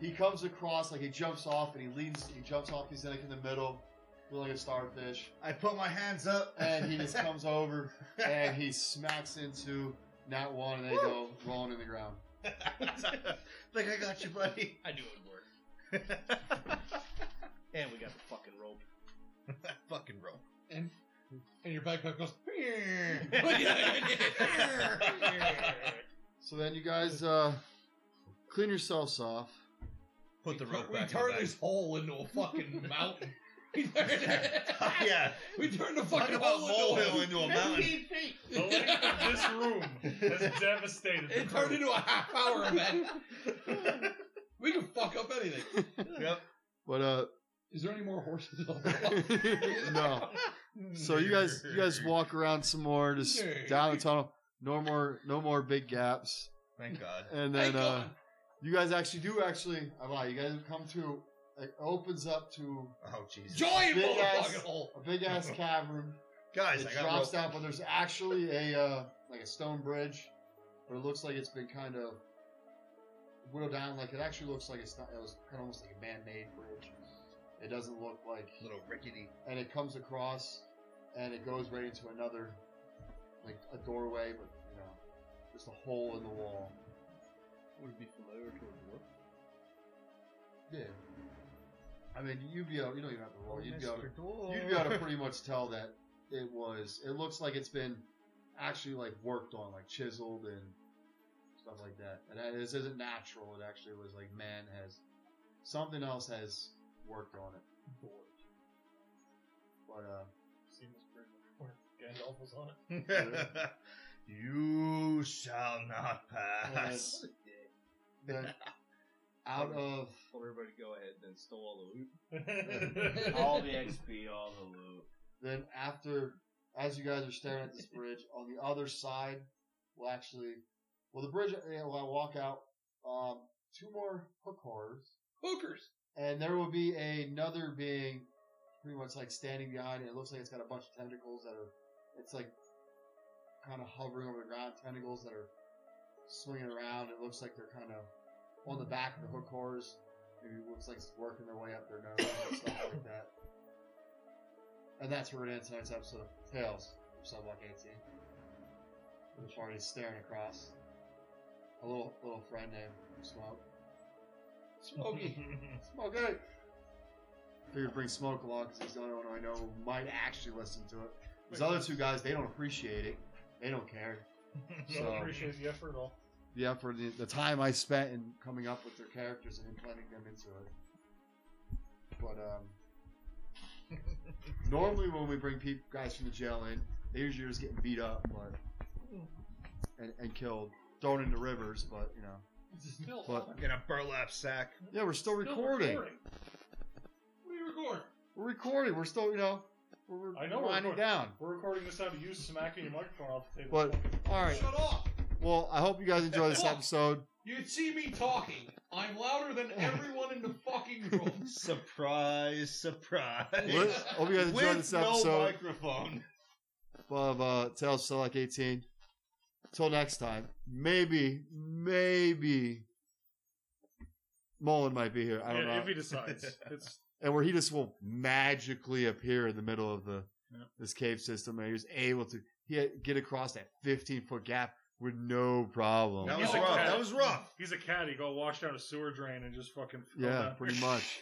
Speaker 3: he comes across like he jumps off and he leans. He jumps off. He's like in the middle, looking like a starfish,
Speaker 8: I put my hands up
Speaker 3: and
Speaker 8: *laughs*
Speaker 3: he just comes over and he smacks into not one, and they go rolling in the ground.
Speaker 8: like I got you, buddy.
Speaker 11: I knew it would work.
Speaker 8: *laughs*
Speaker 11: And we got the fucking rope.
Speaker 8: Fucking rope.
Speaker 6: And your backpack
Speaker 8: *laughs*
Speaker 6: goes.
Speaker 3: So then you guys uh, clean yourselves off.
Speaker 8: Put the
Speaker 6: *laughs*
Speaker 8: rope
Speaker 6: we
Speaker 8: back. in
Speaker 6: turned
Speaker 8: the
Speaker 6: this hole into a fucking mountain. *laughs* we turned
Speaker 8: bag. *laughs* yeah.
Speaker 6: we turned the
Speaker 8: Talk
Speaker 6: fucking
Speaker 8: about
Speaker 6: hole into
Speaker 8: molehill into a mountain.
Speaker 4: The length of this room
Speaker 3: *laughs*
Speaker 4: has devastated the
Speaker 6: It turned
Speaker 4: crew.
Speaker 6: into a half hour event. We can fuck up anything.
Speaker 8: *laughs* yep.
Speaker 3: But uh,
Speaker 6: Is there any more horses on
Speaker 3: *laughs* no. So you guys, you guys walk around some more, just down the tunnel. No more, no more big gaps.
Speaker 8: Thank God.
Speaker 3: And
Speaker 6: Thank
Speaker 3: then uh,
Speaker 6: God.
Speaker 3: you guys actually do actually. I lie. You guys have come to. It opens up to
Speaker 8: Oh Jesus.
Speaker 6: Giant
Speaker 3: Big ass-
Speaker 6: motherfucking hole.
Speaker 3: a big
Speaker 8: *laughs*
Speaker 3: ass cavern.
Speaker 8: Guys,
Speaker 3: It
Speaker 8: I got
Speaker 3: drops
Speaker 8: rope.
Speaker 3: down, but there's actually a uh, like a stone bridge, but it looks like it's been kind of whittled down. Like it actually looks like it's not. It was kind of almost like a man-made bridge. It doesn't look like
Speaker 8: Little rickety.
Speaker 3: and it comes across and it goes right into another like a doorway but you know just a hole in the wall
Speaker 7: Would it be familiar to a dwarf?
Speaker 3: yeah i mean you'd be able you don't even have to
Speaker 8: Oh,
Speaker 3: roll you'd be able to,
Speaker 8: Door.
Speaker 3: you'd be able *laughs* to pretty much tell that it was it looks like it's been actually like worked on like chiseled and stuff like that and that- this isn't natural it actually was like man has Something else has worked on it. But uh,
Speaker 4: Seen this bridge before. Gandalf was on it.
Speaker 8: you shall not pass.
Speaker 3: Yes. then out of
Speaker 7: Well, everybody go ahead and stole all the loot.
Speaker 11: All
Speaker 3: *laughs*
Speaker 7: all the XP, all the loot.
Speaker 3: then after as you guys are staring at this bridge on the other side will actually well the bridge you know, I walk out um, two more hook horrors
Speaker 6: Hookers.
Speaker 3: and there will be another being pretty much like standing behind it. It looks like it's got a bunch of tentacles that are it's like kind of hovering over the ground, tentacles that are swinging around. It looks like they're kind of on the back of the hook horse. Maybe it looks like it's working their way up their nose and stuff like that. And that's where it ends tonight's episode of Tales from Subblock 18. The party's staring across a little little friend named Smoke.
Speaker 6: Smokey.
Speaker 4: *laughs*
Speaker 3: Smoke it. Figured bring Smoke along because he's the only one I know who might actually listen to it. These other two guys, they don't appreciate it. They don't care.
Speaker 4: I don't
Speaker 3: So-
Speaker 4: appreciate the effort at all.
Speaker 3: Yeah, for the, the time I spent in coming up with their characters and implementing them into it. But um,
Speaker 4: *laughs*
Speaker 3: normally when we bring peop guys from the jail in, they usually are just getting beat up, but and, and killed, thrown into rivers. But you know,
Speaker 6: This is still
Speaker 3: But-
Speaker 6: on.
Speaker 8: Get a burlap sack.
Speaker 3: yeah, we're still
Speaker 6: Still
Speaker 3: recording.
Speaker 6: What are you recording?
Speaker 3: We're recording. We're still, you know, we're, we're
Speaker 4: I know we're
Speaker 3: winding
Speaker 4: recording.
Speaker 3: down.
Speaker 4: We're recording this out of you smacking your microphone off the table.
Speaker 3: But all right.
Speaker 6: Shut off.
Speaker 3: Well, I hope you guys enjoy this
Speaker 6: Look.
Speaker 3: episode.
Speaker 6: You'd see me talking. I'm louder than everyone in the fucking room.
Speaker 8: Surprise, surprise.
Speaker 3: Li- hope you guys enjoy
Speaker 8: With
Speaker 3: this
Speaker 8: no
Speaker 3: episode
Speaker 8: microphone.
Speaker 3: of uh, Tales of Select 18. Till next time, maybe, maybe Mullen might be here. I don't
Speaker 4: Yeah,
Speaker 3: know.
Speaker 4: If
Speaker 3: *laughs*
Speaker 4: he decides, it's
Speaker 3: and where he just will magically appear in the middle of the
Speaker 4: Yeah.
Speaker 3: this cave system, and he was able to he had, get across that 15 foot gap with no problem.
Speaker 8: That
Speaker 4: He's
Speaker 8: was
Speaker 4: a
Speaker 8: rough.
Speaker 4: cat.
Speaker 8: That was rough.
Speaker 4: he's a cat. He go wash down a sewer drain and just fucking fell
Speaker 3: yeah,
Speaker 4: down.
Speaker 3: pretty much.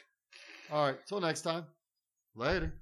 Speaker 3: All right, till next time. Later.